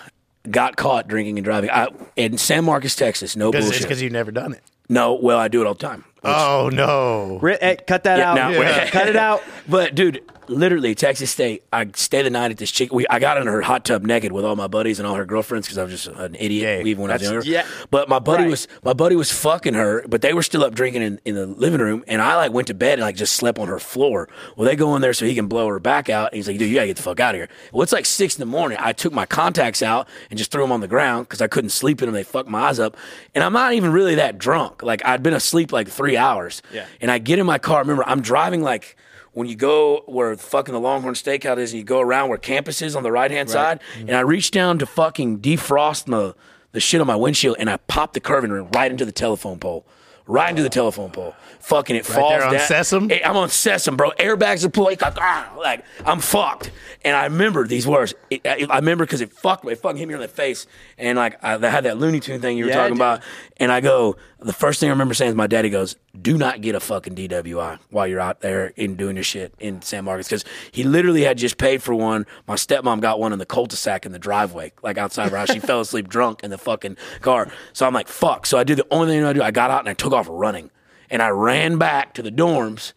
got caught drinking and driving. I, in San Marcos, Texas, no Because it's bullshit. because you've never done it. no, well, I do it all the time. Oh no. Ri- eh, cut that Yeah, out. no, we're- Cut it out. But dude, literally Texas State. I stay the night at this chick. We I got in her hot tub naked with all my buddies and all her girlfriends because I was just an idiot Yeah, even when I was that's- younger. yeah, But my buddy right. was my buddy was fucking her, but they were still up drinking in, in the living room, and I like went to bed and like just slept on her floor. Well, they go in there so he can blow her back out, and he's like, "Dude, you gotta get the fuck out of here." Well, it's like six in the morning. I took my contacts out and just threw them on the ground because I couldn't sleep in them. They fucked my eyes up, and I'm not even really that drunk. Like I'd been asleep like three hours. Yeah. And I get in my car. Remember, I'm driving like when you go where fucking the Longhorn Steakout is, and you go around where campus is on the right hand side, Mm-hmm. and I reach down to fucking defrost the the shit on my windshield, and I pop the curve and ran right into the telephone pole. Right into the telephone pole, fucking it falls there on down. Sesame? Eh, I'm on sesame, bro. Airbags deployed, like, ah, like I'm fucked. And I remember these words. It, I, I remember because it fucked, me. it fucking hit me in the face. And like I, I had that Looney Tune thing you were Yeah, talking dude. about, and I go. The first thing I remember saying is my daddy goes, "Do not get a fucking DWI while you're out there and doing your shit in San Marcos," because he literally had just paid for one. My stepmom got one in the cul-de-sac in the driveway, like outside where she fell asleep drunk in the fucking car. So I'm like, "Fuck!" So I did the only thing I do. I got out and I took off running, and I ran back to the dorms.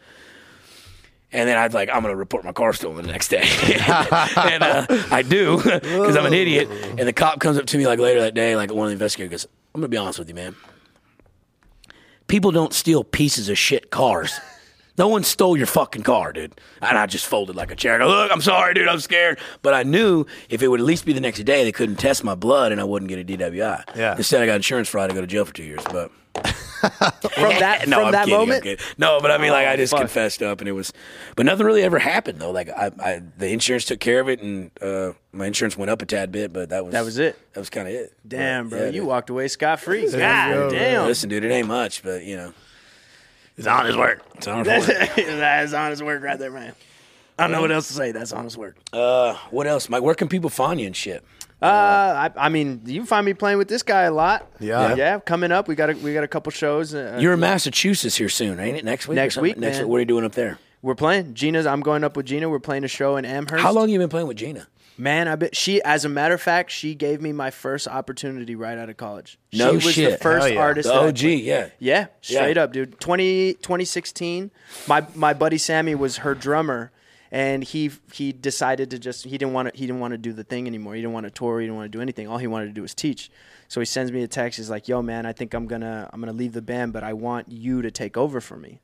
And then I'd like, I'm gonna report my car stolen the next day, and uh, I do because I'm an idiot. And the cop comes up to me like later that day, like one of the investigators goes, "I'm gonna be honest with you, man. people don't steal pieces of shit cars. No one stole your fucking car, dude. And I just folded like a chair. And I, Look, I'm sorry, dude. I'm scared. But I knew if it would at least be the next day, they couldn't test my blood and I wouldn't get a DWI. Yeah. Instead, I got insurance fraud. I go to jail for two years. But From that, no, from I'm that kidding, I'm moment, Oh, kidding. no, but I mean, like, I just fuck. confessed up, and it was, but nothing really ever happened though. Like, I, I the insurance took care of it, and uh, my insurance went up a tad bit, but that was That was it. That was kind of it. damn, But, bro, yeah, you dude. walked away scot free. God damn. Listen, dude, it ain't much, but you know, It's on his work. it's on that is honest work right there, man. I don't know what else to say. That's honest work. Uh, what else, Mike? Where can people find you and shit? Uh, I, I mean, you find me playing with this guy a lot. Yeah. yeah. Coming up, we got a, we got a couple shows. Uh, You're in Massachusetts here soon, ain't it? Next week. or Next something? week, Next man. week. What are you doing up there? we're playing Gina's. I'm going up with Gina. We're playing a show in Amherst. How long you been playing with Gina? Man, I bet she. As a matter of fact, she gave me my first opportunity right out of college. No she was the shit. first Hell yeah. artist. The that I OG, yeah. Yeah, straight Yeah. up, dude. 20, 2016, my my buddy Sammy was her drummer, and he he decided to just he didn't want to he didn't want to do the thing anymore. He didn't want to tour. He didn't want to do anything. All he wanted to do was teach. So he sends me a text. He's like, "Yo, man, I think I'm gonna I'm gonna leave the band, but I want you to take over for me."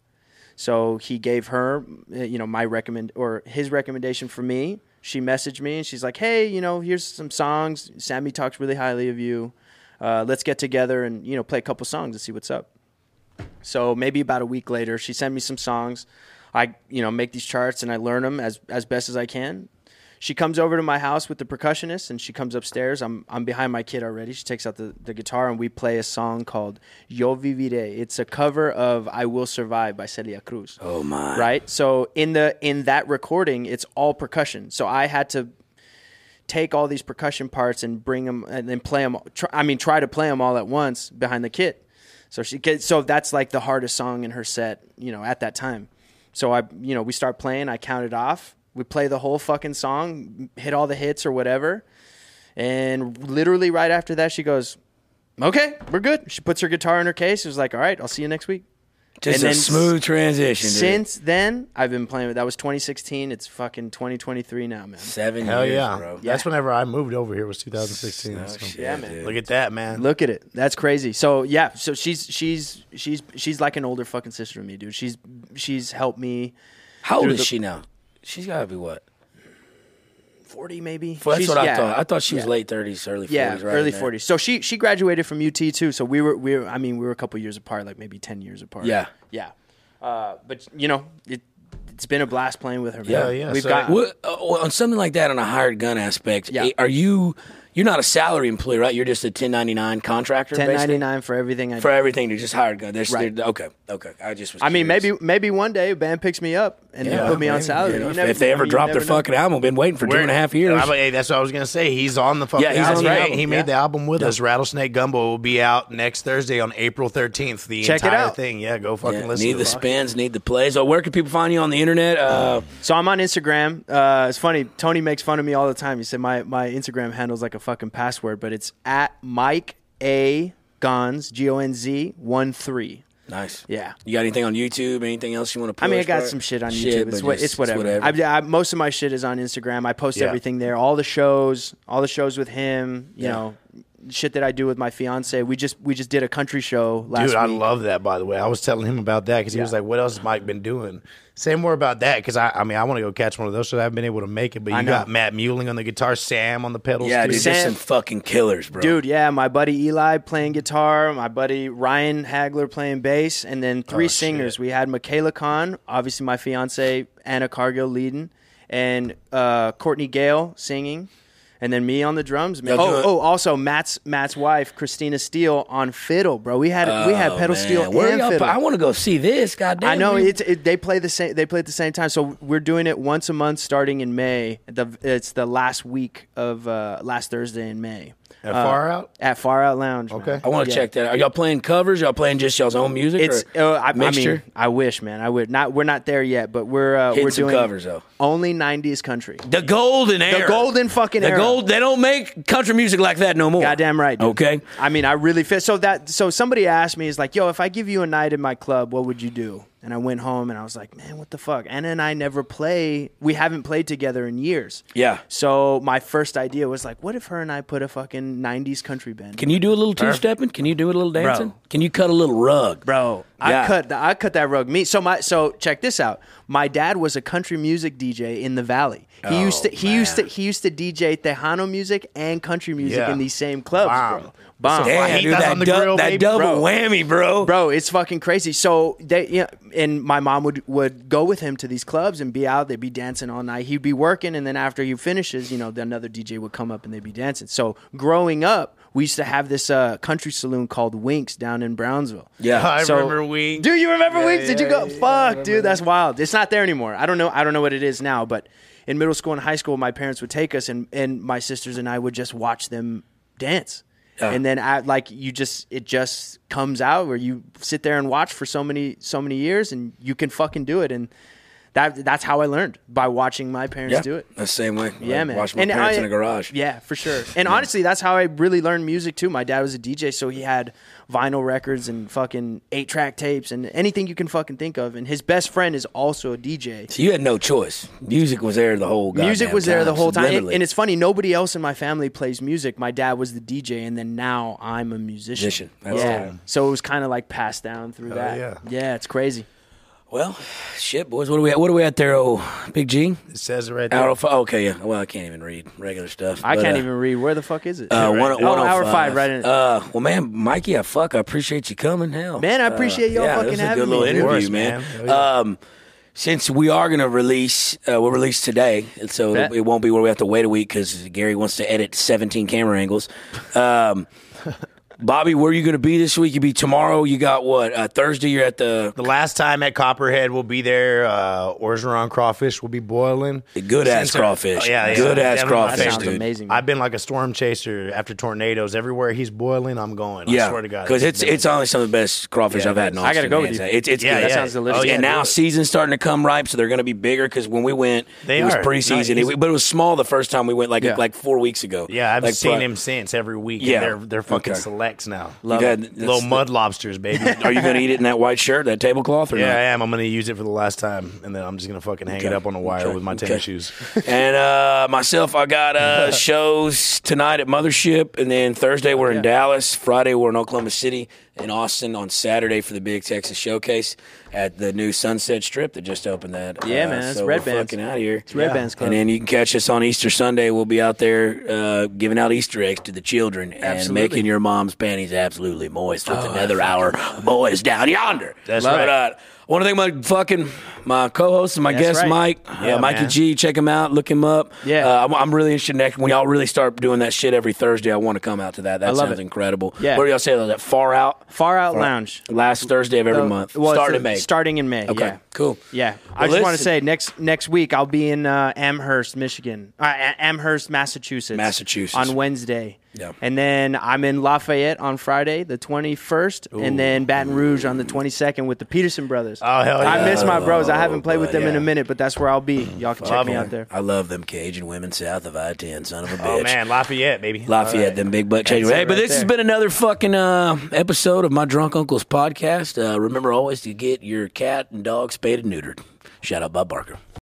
So he gave her, uh, you know, my recommend or his recommendation for me. She messaged me and she's like, "Hey, you know, here's some songs. Sammy talks really highly of you. Uh, let's get together and you know play a couple songs and see what's up." So maybe about a week later, she sent me some songs. I, you know, make these charts and I learn them as as best as I can. She comes over to my house with the percussionist and she comes upstairs. I'm I'm behind my kid already. She takes out the, the guitar and we play a song called Yo Viviré. It's a cover of I Will Survive by Celia Cruz. Oh my. Right? So in the in that recording, it's all percussion. So I had to take all these percussion parts and bring them and then play them. Try, I mean, try to play them all at once behind the kit. So she gets, so that's like the hardest song in her set, you know, at that time. So I, you know, we start playing. I count it off. We play the whole fucking song, hit all the hits or whatever. And literally right after that, she goes, "Okay, we're good." She puts her guitar in her case. She was like, "All right, I'll see you next week." Just And a then smooth transition. dude. Since then, I've been playing with. That was 2016. It's fucking 2023 now, man. seven Hell years, yeah. bro. That's whenever I moved over here was Oh, 2016. so. Yeah, man. Look at that, man. Look at it. That's crazy. So yeah, so she's she's she's she's like an older fucking sister to me, dude. She's she's helped me How old Through is the- she now? She's got to be what? forty maybe. Well, that's She's- what I yeah. thought. I thought she was Yeah. late thirties, early forties. Yeah, right early in there. forties. So she she graduated from UT too. So we were we were, I mean we were a couple years apart, like maybe ten years apart. Yeah. yeah. Uh, but you know it it's been a blast playing with her. Man. Hell yeah. We've So- got What, uh, well, on something like that, on a hired gun aspect, Yeah. are you? You're not a salary employee, right? You're just a 1099 contractor, ten ninety basically? nine for everything I do. for everything. You're just hired gun. There's, Right. there- okay, okay. I just was. I mean, curious. maybe maybe one day a band picks me up and they put me on maybe, salary. you know, You if, never- if they you ever drop their never know. fucking album, been waiting for two We're- and a half years. I'm- hey, that's what I was gonna say. He's on the fucking. Yeah, he's album. on the He- album. He made Yeah. the album with us. Rattlesnake Gumbo will be out next Thursday on April 13th. The Check it entire out. thing. Yeah, go fucking Yeah, listen. need to the it. spins, need the plays. Oh, where can people find you on the internet? Uh, So I'm on Instagram. Uh, it's funny. Tony makes fun of me all the time. He said my, my Instagram handle's like a fucking password, but it's at Mike A Gonz G O N Z one three. nice. Yeah. You got anything on YouTube? Anything else you want to? Push, I mean, I got bro? some shit on YouTube. but It's, what, just- it's whatever. I, I, most of my shit is on Instagram. I post Yeah. everything there. All the shows, all the shows with him. You Yeah. know, shit that I do with my fiance. We just we just did a country show Dude, last week. I love that. By the way, I was telling him about that because he was like, "What else has Mike been doing?" Say more about that because I, I mean, I want to go catch one of those. So I haven't been able to make it, but you know. got Matt Muling on the guitar, Sam on the pedals. yeah, too. dude, there's Sam- some fucking killers, bro. Dude, yeah, my buddy Eli playing guitar, my buddy Ryan Hagler playing bass, and Oh, then three singers. We had Michaela Khan, obviously my fiance, Anna Cargill leading, and uh, Courtney Gale singing, and then me on the drums. Man. Now, do Oh, it. oh, also Matt's Matt's wife, Christina Steele, on fiddle, bro. We had we had Oh, pedal man. steel Where and y'all- fiddle. I want to go see this. Goddamn. I know dude. it's it, they play the same. They play at the same time. So we're doing it once a month, starting in May. The it's the last week of uh, last Thursday in May. Uh, At Far Out? At Far Out Lounge. man. Okay. I want to Yeah. check that. out. Are y'all playing covers? Y'all playing just y'all's own music? It's or uh, I, I mean mixture? I wish man I would not we're not there yet but we're uh, Hitting we're some doing covers, though. only 90s country the golden era. golden fucking the era. gold. They don't make country music like that no more. goddamn right dude. Okay. I mean I really fit so that so somebody asked me is like yo if I give you a night in my club what would you do and I went home and I was like man what the fuck Anna and I never play we haven't played together in years Yeah. so my first idea was like what if her and I put a fucking 90s country band Can you do a little two stepping? Can you do a little dancing? Can you cut a little rug? bro Yeah. I cut the, I cut that rug me. So my so check this out. My dad was a country music DJ in the valley. He used to he used to he used to DJ Tejano music and country music Yeah. in these same clubs, Wow. bro. Damn, Bomb. Damn, heat dude, that's that, on the dou- grill, that baby, double bro. whammy, bro. Bro, it's fucking crazy. So they, yeah, and my mom would would go with him to these clubs and be out. They'd be dancing all night. He'd be working, and then after he finishes, you know, another DJ would come up and they'd be dancing. So growing up, we used to have this uh, country saloon called Winks down in Brownsville. Yeah. I So- remember we. Do you remember Winks? Did you yeah, go? yeah, Fuck, dude, that's wild. It's not there anymore. I don't know. I don't know what it is now, but in middle school and high school, my parents would take us, and and my sisters and I would just watch them dance. And then I like you just it just comes out where you sit there and watch for so many so many years and you can fucking do it and that that's how I learned by watching my parents yeah. do it. The same way. Yeah, I man. Watched my And parents I- in the garage. Yeah, for sure. And honestly, that's how I really learned music too. My dad was a DJ, so he had vinyl records and fucking eight track tapes and anything you can fucking think of. And his best friend is also a DJ. So you had no choice. Music was there the whole. Music goddamn was there the whole time. And, subliminally. and it's funny, nobody else in my family plays music. My dad was the DJ, and then now I'm a musician. Musician. That's yeah. cool. So it was kind of like passed down through that. yeah. yeah, it's crazy. well, shit, boys. What are we at? What are we at there? Oh, Big G. It says it right Hour there. f- oh, okay, yeah. Well, I can't even read regular stuff. I but, can't uh, even read. Where the fuck is it? Uh, one, oh, hour 105. five, right in it. Uh, well, man, Mikey, I fuck. I appreciate you coming. Hell, Man, I Uh, appreciate y'all yeah, fucking this was a having good little me, dude. interview, Of course, man. man. Oh, yeah. Um, since we are gonna release, uh, we'll release today, and so Bet. it won't be where we have to wait a week because Gary wants to edit 17 camera angles. Um, Bobby, where are you gonna be this week? You be tomorrow. You got what? Uh, Thursday, you're at the The last time at Copperhead, we'll be there. Uh, Orgeron crawfish will be boiling. good ass Since- crawfish. Oh, yeah, yeah. good ass Definitely my crawfish, That sounds dude. amazing. man. I've been like a storm chaser after tornadoes. Everywhere he's boiling, I'm going. I Yeah, swear to God. because it's been- it's honestly some of the best crawfish Yeah, I've had in it Austin. is. I gotta go man. with you. It's, it's Yeah, good. yeah. That sounds delicious. Oh, yeah, and now do it. season's starting to come ripe, so they're gonna be bigger. Because when we went, They it was are. preseason, Nice. It- but it was small the first time we went, like Yeah. like four weeks ago. Yeah, I've Like, seen bro, him since every week. Yeah. Yeah, they're they're fucking Okay. selects now. you've had- Little that's- mud lobsters, baby. Are you gonna eat it in that white shirt, that tablecloth, or Yeah, I not? am. I'm gonna use it for the last time, and then I'm just gonna fucking hang it Okay. up on a wire Okay. with my Okay. tennis shoes. And uh, myself, I got uh, shows tonight at Mothership, and then Thursday we're in Dallas. Friday we're in Oklahoma City and Austin on Saturday for the Big Texas Showcase at the new Sunset Strip that just opened. That Yeah, uh, man, it's so Red we're Bands. fucking out of here. It's Red Bands Club. And then you can catch us on Easter Sunday. We'll be out there uh, giving out Easter eggs to the children and Absolutely. Oh, making your mom's panties absolutely moist with another hour boys down yonder. That's Love right. it. But, uh, I want to thank my fucking my co-host and my That's guest right. Mike, Yeah, uh, Mikey man. G. Check him out, look him up. Yeah. uh, I'm, I'm really interested in that. When y'all really start doing that shit every Thursday, I want to come out to that. That love sounds it. incredible. Yeah. Where do y'all say that? Far out. Far Out Lounge. Last Thursday of every Uh, month. well, it's starting a- in May. Starting in May. Okay, yeah. cool. Yeah, I Well, just want to listen- say next next week I'll be in uh, Amherst, Michigan, uh, A- Amherst, Massachusetts, Massachusetts. on Wednesday. Yeah. and then I'm in Lafayette on Friday, the 21st, and then Baton Rouge on the 22nd with the Peterson brothers. Oh, hell I yeah. miss my bros. I haven't played bro, with them in Ah. yeah. a minute, but that's where I'll be. Y'all can check Love me it. out there. I love them Cajun women south of I-10. Son of a bitch. Oh man, Lafayette, baby. Lafayette, All right. them big butt changers. it Hey, but right this has there. been another fucking uh, episode of my drunk uncle's podcast. Uh, remember always to get your cat and dog spayed and neutered. Shout out Bob Barker.